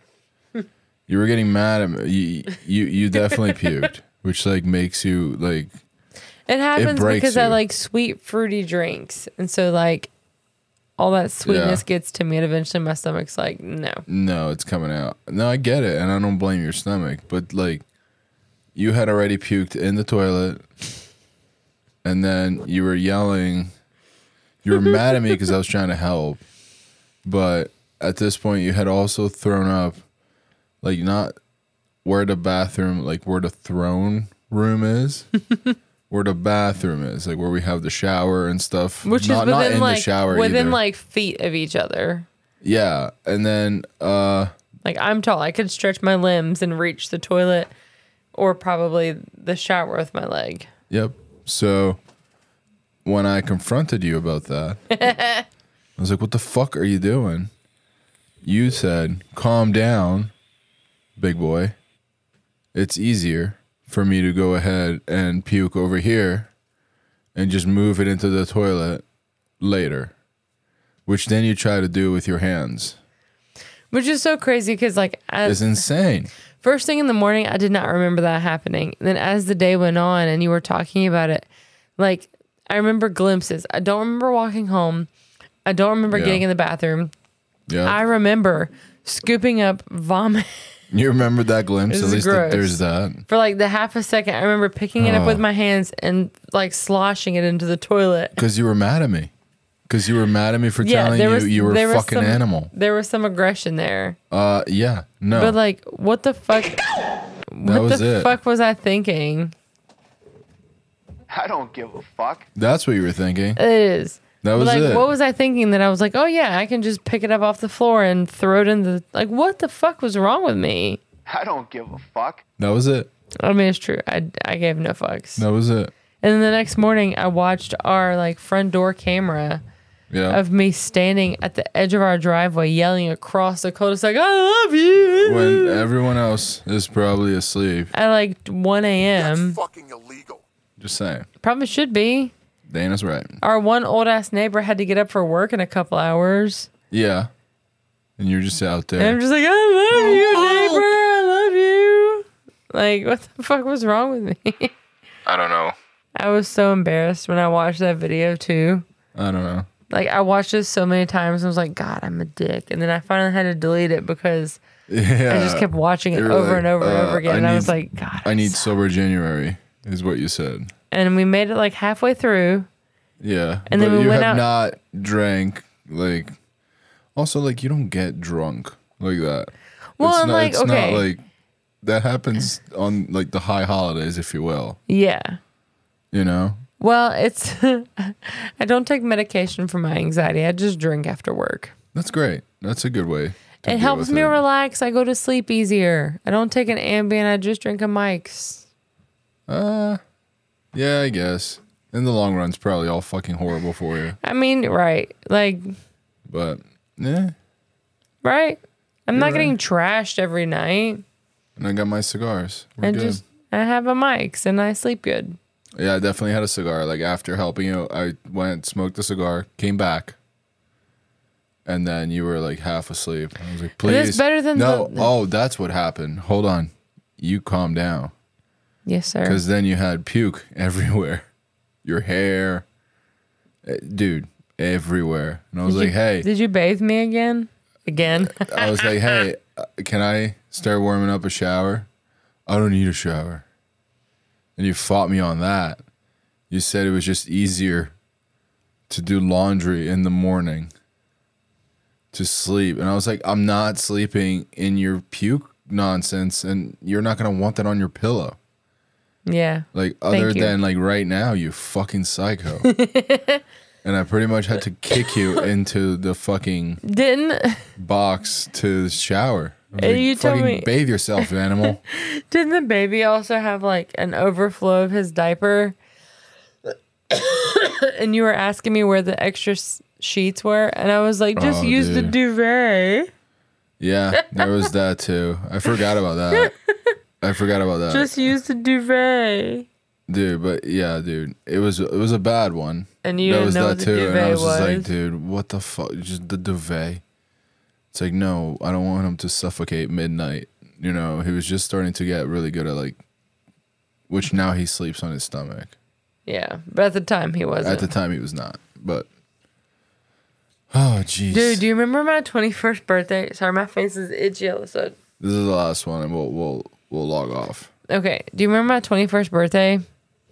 Speaker 2: you were getting mad at me. You you, you definitely puked, which like makes you like
Speaker 1: It happens
Speaker 2: breaks
Speaker 1: because I
Speaker 2: you.
Speaker 1: like sweet fruity drinks, and so like all that sweetness
Speaker 2: Yeah.
Speaker 1: gets to me, and eventually my stomach's like, no.
Speaker 2: No, it's coming out. No, I get it, and I don't blame your stomach, but like, you had already puked in the toilet, and then you were yelling. You were mad at me because I was trying to help, but at this point, you had also thrown up, like not where the bathroom, like where the throne
Speaker 1: *laughs*
Speaker 2: room is. Where the bathroom is, like where we have the shower and stuff,
Speaker 1: Which
Speaker 2: not,
Speaker 1: is
Speaker 2: not
Speaker 1: within
Speaker 2: in
Speaker 1: like
Speaker 2: the shower
Speaker 1: within
Speaker 2: either.
Speaker 1: like feet of each other.
Speaker 2: yeah, and then uh,
Speaker 1: Like I'm tall, I could stretch my limbs and reach the toilet, or probably the shower with my leg.
Speaker 2: Yep. So when I confronted you
Speaker 1: *laughs*
Speaker 2: about that, I was like, what the fuck are you doing? You said, calm down, big boy. It's easier for me to go ahead and puke over here and just move it into the toilet later, which then you try to do with your hands.
Speaker 1: Which is so crazy because, like, as,
Speaker 2: It's insane.
Speaker 1: first thing in the morning, I did not remember that happening. And then, as the day went on and you were talking about it, like, I remember glimpses. I don't remember walking home. I don't remember
Speaker 2: Yeah.
Speaker 1: getting in the bathroom. *laughs* I
Speaker 2: Yeah.
Speaker 1: remember scooping up vomit *laughs*
Speaker 2: you remember that glimpse?
Speaker 1: This
Speaker 2: At
Speaker 1: is
Speaker 2: least that
Speaker 1: gross.
Speaker 2: there's that.
Speaker 1: for like the half a second. I remember picking it up
Speaker 2: Oh.
Speaker 1: with my hands and like sloshing it into the toilet.
Speaker 2: Because you were mad at me. Because you were mad at me for
Speaker 1: Yeah,
Speaker 2: telling
Speaker 1: there
Speaker 2: you
Speaker 1: was
Speaker 2: you were
Speaker 1: there
Speaker 2: a
Speaker 1: was
Speaker 2: fucking
Speaker 1: some,
Speaker 2: animal.
Speaker 1: There was some aggression there,
Speaker 2: Uh, yeah, no,
Speaker 1: but like, what the fuck?
Speaker 2: that
Speaker 1: What
Speaker 2: was
Speaker 1: the
Speaker 2: it.
Speaker 1: fuck was I thinking?
Speaker 4: I don't give a fuck.
Speaker 2: That's what you were thinking.
Speaker 1: It is.
Speaker 2: That was
Speaker 1: like,
Speaker 2: it.
Speaker 1: what was I thinking that I was like, oh yeah, I can just pick it up off the floor and throw it in the like. What the fuck was wrong with me?
Speaker 4: I don't give a fuck.
Speaker 2: that was it.
Speaker 1: I mean, it's true. I, I gave no fucks.
Speaker 2: That was it.
Speaker 1: And then the next morning, I watched our like front door camera
Speaker 2: Yeah.
Speaker 1: of me standing at the edge of our driveway yelling across the cul-de-sac, "I love you."
Speaker 2: when everyone else is probably asleep.
Speaker 1: at like 1 a.m.
Speaker 5: fucking illegal.
Speaker 2: Just saying.
Speaker 1: Probably should be.
Speaker 2: Dana's right.
Speaker 1: Our one old ass neighbor had to get up for work in a couple hours.
Speaker 2: Yeah. And you're just out
Speaker 1: And I'm
Speaker 2: there.
Speaker 1: just like, I love you, neighbor. I love you. Like, what the fuck was wrong with me? *laughs*
Speaker 2: I don't know.
Speaker 1: I was so embarrassed when I watched that video too.
Speaker 2: I don't know.
Speaker 1: Like, I watched this so many times and was like, God, I'm a dick. And then I finally had to delete it because
Speaker 2: Yeah.
Speaker 1: I just kept watching it
Speaker 2: you were
Speaker 1: over
Speaker 2: Uh, like,
Speaker 1: and over and
Speaker 2: uh,
Speaker 1: over again.
Speaker 2: I
Speaker 1: and I
Speaker 2: need-
Speaker 1: was like, God,
Speaker 2: I need
Speaker 1: suck."
Speaker 2: sober January is what you said.
Speaker 1: And we made it like halfway through.
Speaker 2: Yeah.
Speaker 1: And then
Speaker 2: but
Speaker 1: we
Speaker 2: you
Speaker 1: went
Speaker 2: have
Speaker 1: out-
Speaker 2: not drank like. Also, like you don't get drunk like that.
Speaker 1: Well,
Speaker 2: it's
Speaker 1: I'm
Speaker 2: not,
Speaker 1: like,
Speaker 2: it's
Speaker 1: okay.
Speaker 2: not like that happens on like the high holidays, if you will.
Speaker 1: Yeah.
Speaker 2: You know,
Speaker 1: Well, it's, *laughs* I don't take medication for my anxiety. I just drink after work.
Speaker 2: that's great. That's a good way. to
Speaker 1: It
Speaker 2: deal
Speaker 1: helps
Speaker 2: with
Speaker 1: me
Speaker 2: it.
Speaker 1: relax. I go to sleep easier. I don't take an Ambien. I just drink a Mike's.
Speaker 2: Yeah, I guess. In the long run, it's probably all fucking horrible for you.
Speaker 1: I mean, right? Like,
Speaker 2: But yeah,
Speaker 1: right? I'm not
Speaker 2: You're
Speaker 1: getting
Speaker 2: right.
Speaker 1: trashed every night.
Speaker 2: and I got my cigars. We're
Speaker 1: I
Speaker 2: good.
Speaker 1: just I have a Mike's and I sleep good.
Speaker 2: Yeah, I definitely had a cigar. Like after helping you, I went smoked a cigar, came back, and then you were like half asleep. I was like,
Speaker 1: But
Speaker 2: "Please,
Speaker 1: that's better than
Speaker 2: no."
Speaker 1: the-
Speaker 2: oh, that's what happened. Hold on, you calm down,
Speaker 1: Yes, sir.
Speaker 2: because then you had puke *laughs* everywhere, your hair, Eh, dude, everywhere. And I was
Speaker 1: Did
Speaker 2: like,
Speaker 1: you-
Speaker 2: "Hey,"
Speaker 1: did you bathe me again?
Speaker 2: *laughs*
Speaker 1: Again?
Speaker 2: I was like, "Hey, uh, can I start warming up a shower?" I don't need a shower. And you fought me on that. You said it was just easier to do laundry in the morning to sleep. And I was like, "I'm not sleeping in your puke nonsense and you're not going to want that on your pillow."
Speaker 1: yeah.
Speaker 2: Like other
Speaker 1: you.
Speaker 2: than like right now, you fucking psycho. *laughs* and I pretty much had to
Speaker 1: *laughs*
Speaker 2: kick you into the fucking
Speaker 1: Didn't *laughs*
Speaker 2: box to the shower. I was
Speaker 1: And you told
Speaker 2: "Fucking
Speaker 1: me- *laughs*
Speaker 2: bathe yourself, animal.
Speaker 1: didn't the baby also have like an overflow of his diaper? *coughs* and you were asking me where the extra s- sheets were, and I was like, just
Speaker 2: Oh,
Speaker 1: use the
Speaker 2: dude.
Speaker 1: duvet.
Speaker 2: yeah, there was that too. I forgot
Speaker 1: *laughs*
Speaker 2: about that. I forgot about that,
Speaker 1: Just use the duvet.
Speaker 2: dude. But yeah, dude, it was it was a bad one.
Speaker 1: And you
Speaker 2: that
Speaker 1: didn't
Speaker 2: was
Speaker 1: know
Speaker 2: that
Speaker 1: what the
Speaker 2: too. and I
Speaker 1: duvet
Speaker 2: was, just like,
Speaker 1: was.
Speaker 2: dude, what the fuck? Just the duvet. It's like, no, I don't want him to suffocate midnight. You know, he was just starting to get really good at like, which now he sleeps on his stomach.
Speaker 1: Yeah, but at the time he wasn't.
Speaker 2: At the time, he was not. But *sighs* oh, jeez,
Speaker 1: Dude, do you remember my 21st birthday? Sorry, my face is itchy all of a sudden.
Speaker 2: this is the last one, and we'll we'll we'll log off.
Speaker 1: Okay, do you remember my 21st birthday?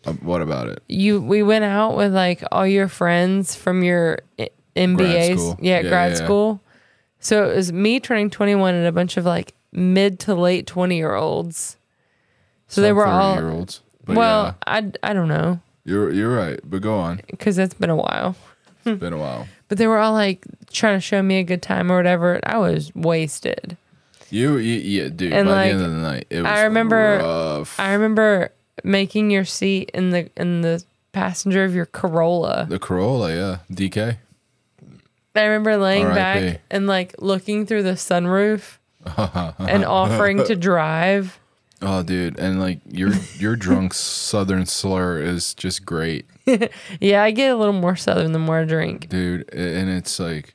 Speaker 2: Um, what about it?
Speaker 1: You we went out with like all your friends from your I- MBAs,
Speaker 2: school.
Speaker 1: yeah,
Speaker 2: Yeah,
Speaker 1: grad
Speaker 2: yeah, yeah.
Speaker 1: school. So it was me turning 21 and a bunch of like mid to late 20 year olds. So they were all
Speaker 2: year olds. But
Speaker 1: well, I I don't know
Speaker 2: yeah, you're you're right. But go on.
Speaker 1: because it's been a while. *laughs*
Speaker 2: It's been a while.
Speaker 1: But they were all like trying to show me a good time or whatever. and I was wasted.
Speaker 2: You, you yeah, dude.
Speaker 1: And,
Speaker 2: by
Speaker 1: like,
Speaker 2: the end of the night, it was
Speaker 1: I remember-
Speaker 2: rough.
Speaker 1: I remember making your seat in the in the passenger of your Corolla.
Speaker 2: the Corolla, yeah, DK.
Speaker 1: I remember laying
Speaker 2: R.I.P..
Speaker 1: back and like looking through the
Speaker 2: *laughs*
Speaker 1: sunroof and offering to drive.
Speaker 2: Oh, dude, and like your your drunk Southern slur is just great,
Speaker 1: Yeah, I get a little more southern the more I drink.
Speaker 2: dude. A- And it's like,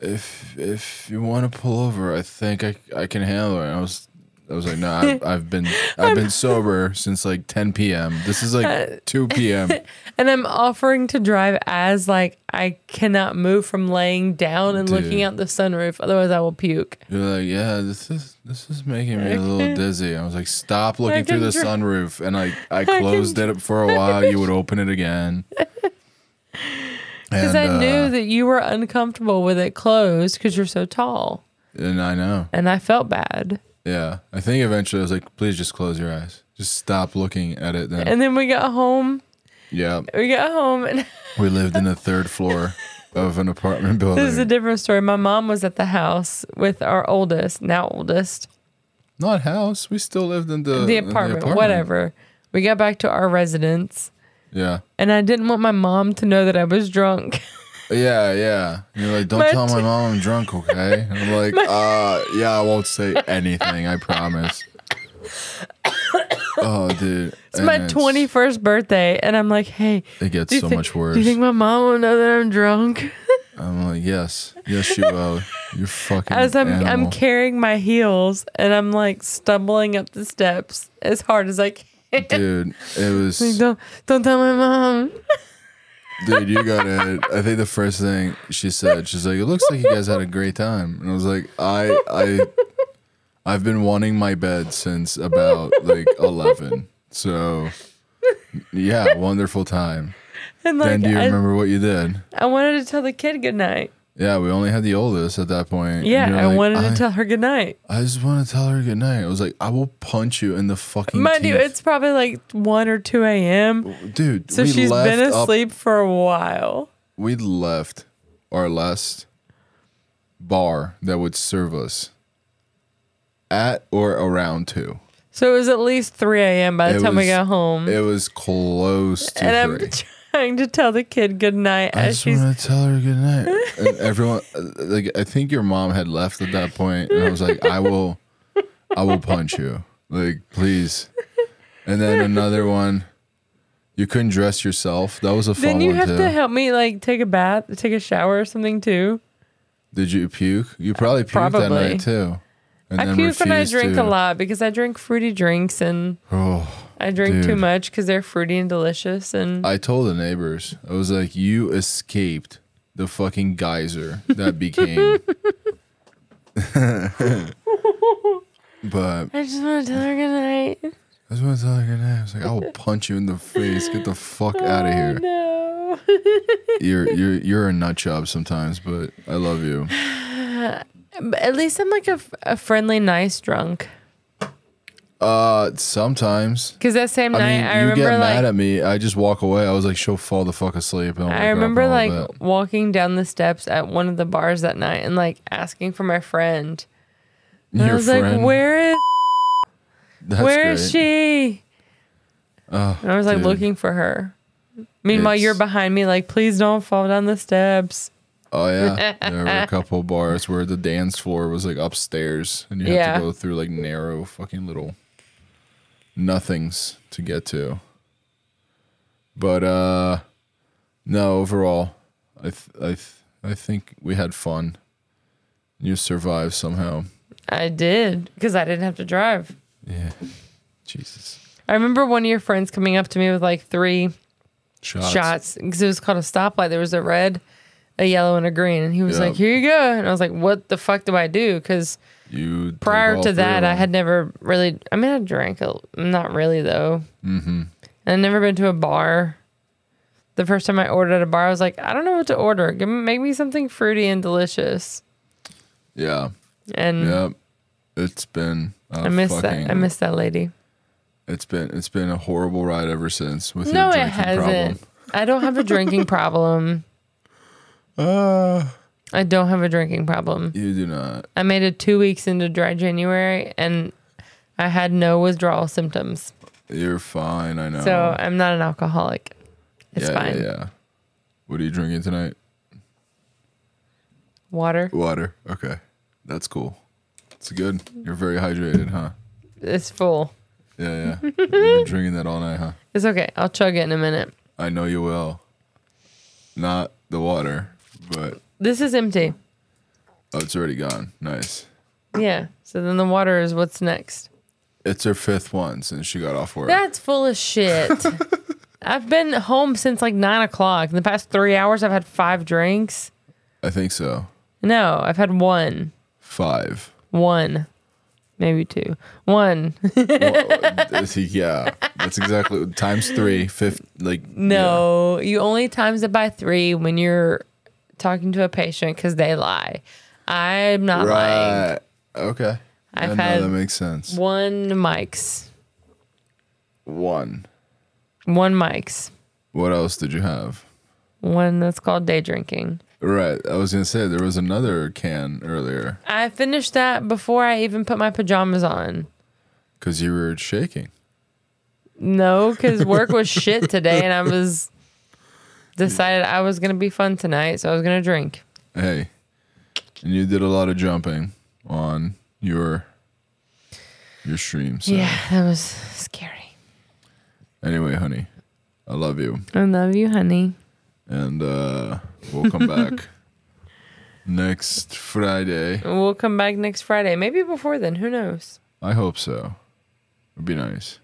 Speaker 2: if if you want to pull over, I think I I can handle it. And I was I was like, no, I've, I've been I've been sober since like 10 p.m. This is like 2 p.m.
Speaker 1: And I'm offering to drive as like I cannot move from laying down and looking
Speaker 2: Dude.
Speaker 1: out the sunroof, otherwise I will puke.
Speaker 2: You're like, yeah, this is this is making me a little dizzy. I was like, stop looking through
Speaker 1: can
Speaker 2: the
Speaker 1: dri-
Speaker 2: sunroof,
Speaker 1: *laughs*
Speaker 2: and I I closed it for a while. You would open it again.
Speaker 1: Because
Speaker 2: And,
Speaker 1: I
Speaker 2: uh,
Speaker 1: knew that you were uncomfortable with it closed because you're so tall.
Speaker 2: and I know.
Speaker 1: And I felt bad.
Speaker 2: Yeah, I think eventually I was like, please just close your eyes, just stop looking at it.
Speaker 1: *laughs*
Speaker 2: Then
Speaker 1: And then we got home.
Speaker 2: yeah,
Speaker 1: We got home and *laughs*
Speaker 2: we lived in the third floor of an apartment
Speaker 1: This is a
Speaker 2: building.
Speaker 1: different story. My mom was at the house with our oldest, now oldest,
Speaker 2: Not house. We still lived in the
Speaker 1: the apartment, whatever. We got back to our residence,
Speaker 2: Yeah,
Speaker 1: and I didn't want my mom to know that I was drunk. *laughs*
Speaker 2: yeah, yeah. And you're like, don't
Speaker 1: My
Speaker 2: tell my
Speaker 1: t-
Speaker 2: mom I'm drunk, okay? And I'm like, uh, yeah, I won't say anything.
Speaker 1: *coughs*
Speaker 2: I promise. Oh, dude,
Speaker 1: It's my
Speaker 2: and
Speaker 1: twenty first birthday, and I'm like, "Hey,
Speaker 2: It gets
Speaker 1: do you
Speaker 2: so
Speaker 1: thi-
Speaker 2: much worse.
Speaker 1: Do you think my mom will know that I'm drunk?"
Speaker 2: I'm like, yes, yes, you will. You're fucking.
Speaker 1: As I'm I'm
Speaker 2: animal.
Speaker 1: carrying my heels, and I'm like stumbling up the steps as hard as I can.
Speaker 2: dude, it
Speaker 1: *laughs*
Speaker 2: was.
Speaker 1: Like, don't don't tell my mom. *laughs*
Speaker 2: Dude, you got it. I think the first thing she said, she's like, "It looks like you guys had a great time," and I was like, "I, I, I've been wanting my bed since about like eleven. So, yeah, wonderful time."
Speaker 1: And like
Speaker 2: then do you
Speaker 1: I,
Speaker 2: remember what you did?
Speaker 1: I wanted to tell the kid goodnight.
Speaker 2: Yeah, we only had the oldest at that point. and
Speaker 1: Yeah,
Speaker 2: you're
Speaker 1: I
Speaker 2: like,
Speaker 1: wanted
Speaker 2: I,
Speaker 1: to tell her goodnight.
Speaker 2: I just want to tell her good night. I was like, "I will punch you in the fucking."
Speaker 1: Mind you,
Speaker 2: teeth."
Speaker 1: it's probably like one or two a.m.
Speaker 2: dude.
Speaker 1: So
Speaker 2: we
Speaker 1: she's
Speaker 2: left
Speaker 1: been
Speaker 2: up-
Speaker 1: asleep for a while.
Speaker 2: we left our last bar that would serve us at or around two.
Speaker 1: So it was at least three a.m. by the
Speaker 2: It
Speaker 1: time we
Speaker 2: was-
Speaker 1: got home,
Speaker 2: It was close to
Speaker 1: and I'm
Speaker 2: three.
Speaker 1: trying to tell the kid goodnight
Speaker 2: I
Speaker 1: as
Speaker 2: just
Speaker 1: she's.
Speaker 2: want to tell her good night. *laughs* And everyone, like, I think your mom had left at that point, and I was like, I will, I will punch you, like, please. And then another one, you couldn't dress yourself. That was a fun
Speaker 1: Then you
Speaker 2: one
Speaker 1: have
Speaker 2: too.
Speaker 1: to help me like take a bath, take a shower or something too.
Speaker 2: Did you puke? You probably puked that
Speaker 1: probably.
Speaker 2: night too. And
Speaker 1: I puke when I
Speaker 2: refused
Speaker 1: drink
Speaker 2: to-
Speaker 1: a lot because I drink fruity drinks and
Speaker 2: Oh.
Speaker 1: I drink too
Speaker 2: Dude. Uh,
Speaker 1: much because they're fruity and delicious. And
Speaker 2: I told the neighbors, I was like, you escaped the fucking geyser
Speaker 1: *laughs*
Speaker 2: that became. *laughs* but
Speaker 1: I just want to tell her goodnight.
Speaker 2: I just want to tell her good night. I was like, I will punch you in the face. Get the fuck out of
Speaker 1: Oh
Speaker 2: here.
Speaker 1: no,
Speaker 2: You're you're you're a nut job sometimes, but I love you.
Speaker 1: but at least I'm like a, f- a friendly, nice drunk.
Speaker 2: Uh, sometimes.
Speaker 1: Because that same
Speaker 2: I
Speaker 1: night,
Speaker 2: mean,
Speaker 1: I
Speaker 2: you
Speaker 1: remember
Speaker 2: get
Speaker 1: like
Speaker 2: mad at me. I just walk away. I was like, she'll fall the fuck asleep. and I'll wake
Speaker 1: I
Speaker 2: her up
Speaker 1: remember
Speaker 2: and all
Speaker 1: like
Speaker 2: that.
Speaker 1: walking down the steps at one of the bars that night and like asking for my friend. And I
Speaker 2: Your
Speaker 1: was like,
Speaker 2: friend?
Speaker 1: "Where is
Speaker 2: That's
Speaker 1: where is
Speaker 2: great. Oh,
Speaker 1: she?" and I was like
Speaker 2: dude.
Speaker 1: looking for her. Meanwhile, you're
Speaker 2: It's-
Speaker 1: behind me, like, "Please don't fall down the steps." *laughs*
Speaker 2: Oh yeah, there were a couple bars where the dance floor was like upstairs, and you had
Speaker 1: Yeah.
Speaker 2: to go through like narrow fucking little nothings to get to. But uh, no, overall, I th- I th- I think we had fun. You survived somehow.
Speaker 1: I did because I didn't have to drive.
Speaker 2: Yeah, Jesus.
Speaker 1: I remember one of your friends coming up to me with like three
Speaker 2: Shots.
Speaker 1: shots because it was called a stoplight. There was a red, a yellow, and a green. And he was
Speaker 2: Yep.
Speaker 1: like, "Here you go," and I was like, "What the fuck do I do?" Because
Speaker 2: You take
Speaker 1: prior
Speaker 2: all
Speaker 1: to
Speaker 2: three
Speaker 1: that,
Speaker 2: of
Speaker 1: I
Speaker 2: them.
Speaker 1: had never really. I mean, I drank a, not really though. Mm-hmm. And I'd never been to a bar. The first time I ordered at a bar, I was like, "I don't know what to order. Give, me- make me something fruity and delicious."
Speaker 2: Yeah.
Speaker 1: And
Speaker 2: Yep. It's been.
Speaker 1: I miss that. I miss that lady.
Speaker 2: It's been it's been a horrible ride ever since with
Speaker 1: No,
Speaker 2: your
Speaker 1: it
Speaker 2: drinking
Speaker 1: hasn't.
Speaker 2: problem.
Speaker 1: I don't have a
Speaker 2: *laughs*
Speaker 1: drinking problem.
Speaker 2: Uh,
Speaker 1: I don't have a drinking problem.
Speaker 2: you do not.
Speaker 1: I made it two weeks into dry January and I had no withdrawal symptoms.
Speaker 2: You're fine. I know.
Speaker 1: So I'm not an alcoholic. It's
Speaker 2: Oh. yeah,
Speaker 1: fine.
Speaker 2: Yeah, yeah. What are you drinking tonight?
Speaker 1: Water.
Speaker 2: Water. Okay. That's cool. It's good. You're very hydrated, huh?
Speaker 1: It's full.
Speaker 2: Yeah,
Speaker 1: *laughs*
Speaker 2: yeah. You've been drinking that all night, huh?
Speaker 1: It's okay. I'll chug it in a minute.
Speaker 2: I know you will. Not the water, but
Speaker 1: This is empty.
Speaker 2: oh, it's already gone. Nice.
Speaker 1: Yeah. So then the water is what's next.
Speaker 2: It's her fifth one since she got off work.
Speaker 1: That's full of shit. I've been home since like nine o'clock. In the past three hours, I've had five drinks.
Speaker 2: I think so.
Speaker 1: No, I've had one.
Speaker 2: Five.
Speaker 1: One. Maybe two. One. *laughs*
Speaker 2: I think, *laughs* yeah, that's exactly times three. Fifth, like
Speaker 1: No, you only times it by three when you're talking to a patient because they lie. I'm
Speaker 2: yeah.
Speaker 1: not lying.
Speaker 2: right. Okay.
Speaker 1: I've
Speaker 2: Yeah,
Speaker 1: had
Speaker 2: no, that makes sense.
Speaker 1: One mics.
Speaker 2: One.
Speaker 1: One mics.
Speaker 2: What else did you have?
Speaker 1: One that's called day drinking.
Speaker 2: Right. I was gonna say there was another can earlier
Speaker 1: I finished that before I even put my pajamas on.
Speaker 2: because you were shaking.
Speaker 1: No, because work *laughs* was shit today and I was decided I was going to be fun tonight. So I was going to drink.
Speaker 2: Hey, and you did a lot of jumping on your your stream. So.
Speaker 1: Yeah, that was scary.
Speaker 2: Anyway, honey, I love you,
Speaker 1: I love you, honey.
Speaker 2: and uh, we'll
Speaker 1: *laughs*
Speaker 2: come back next Friday.
Speaker 1: We'll come back next Friday. Maybe before then. Who knows?
Speaker 2: I hope so. It'd be nice.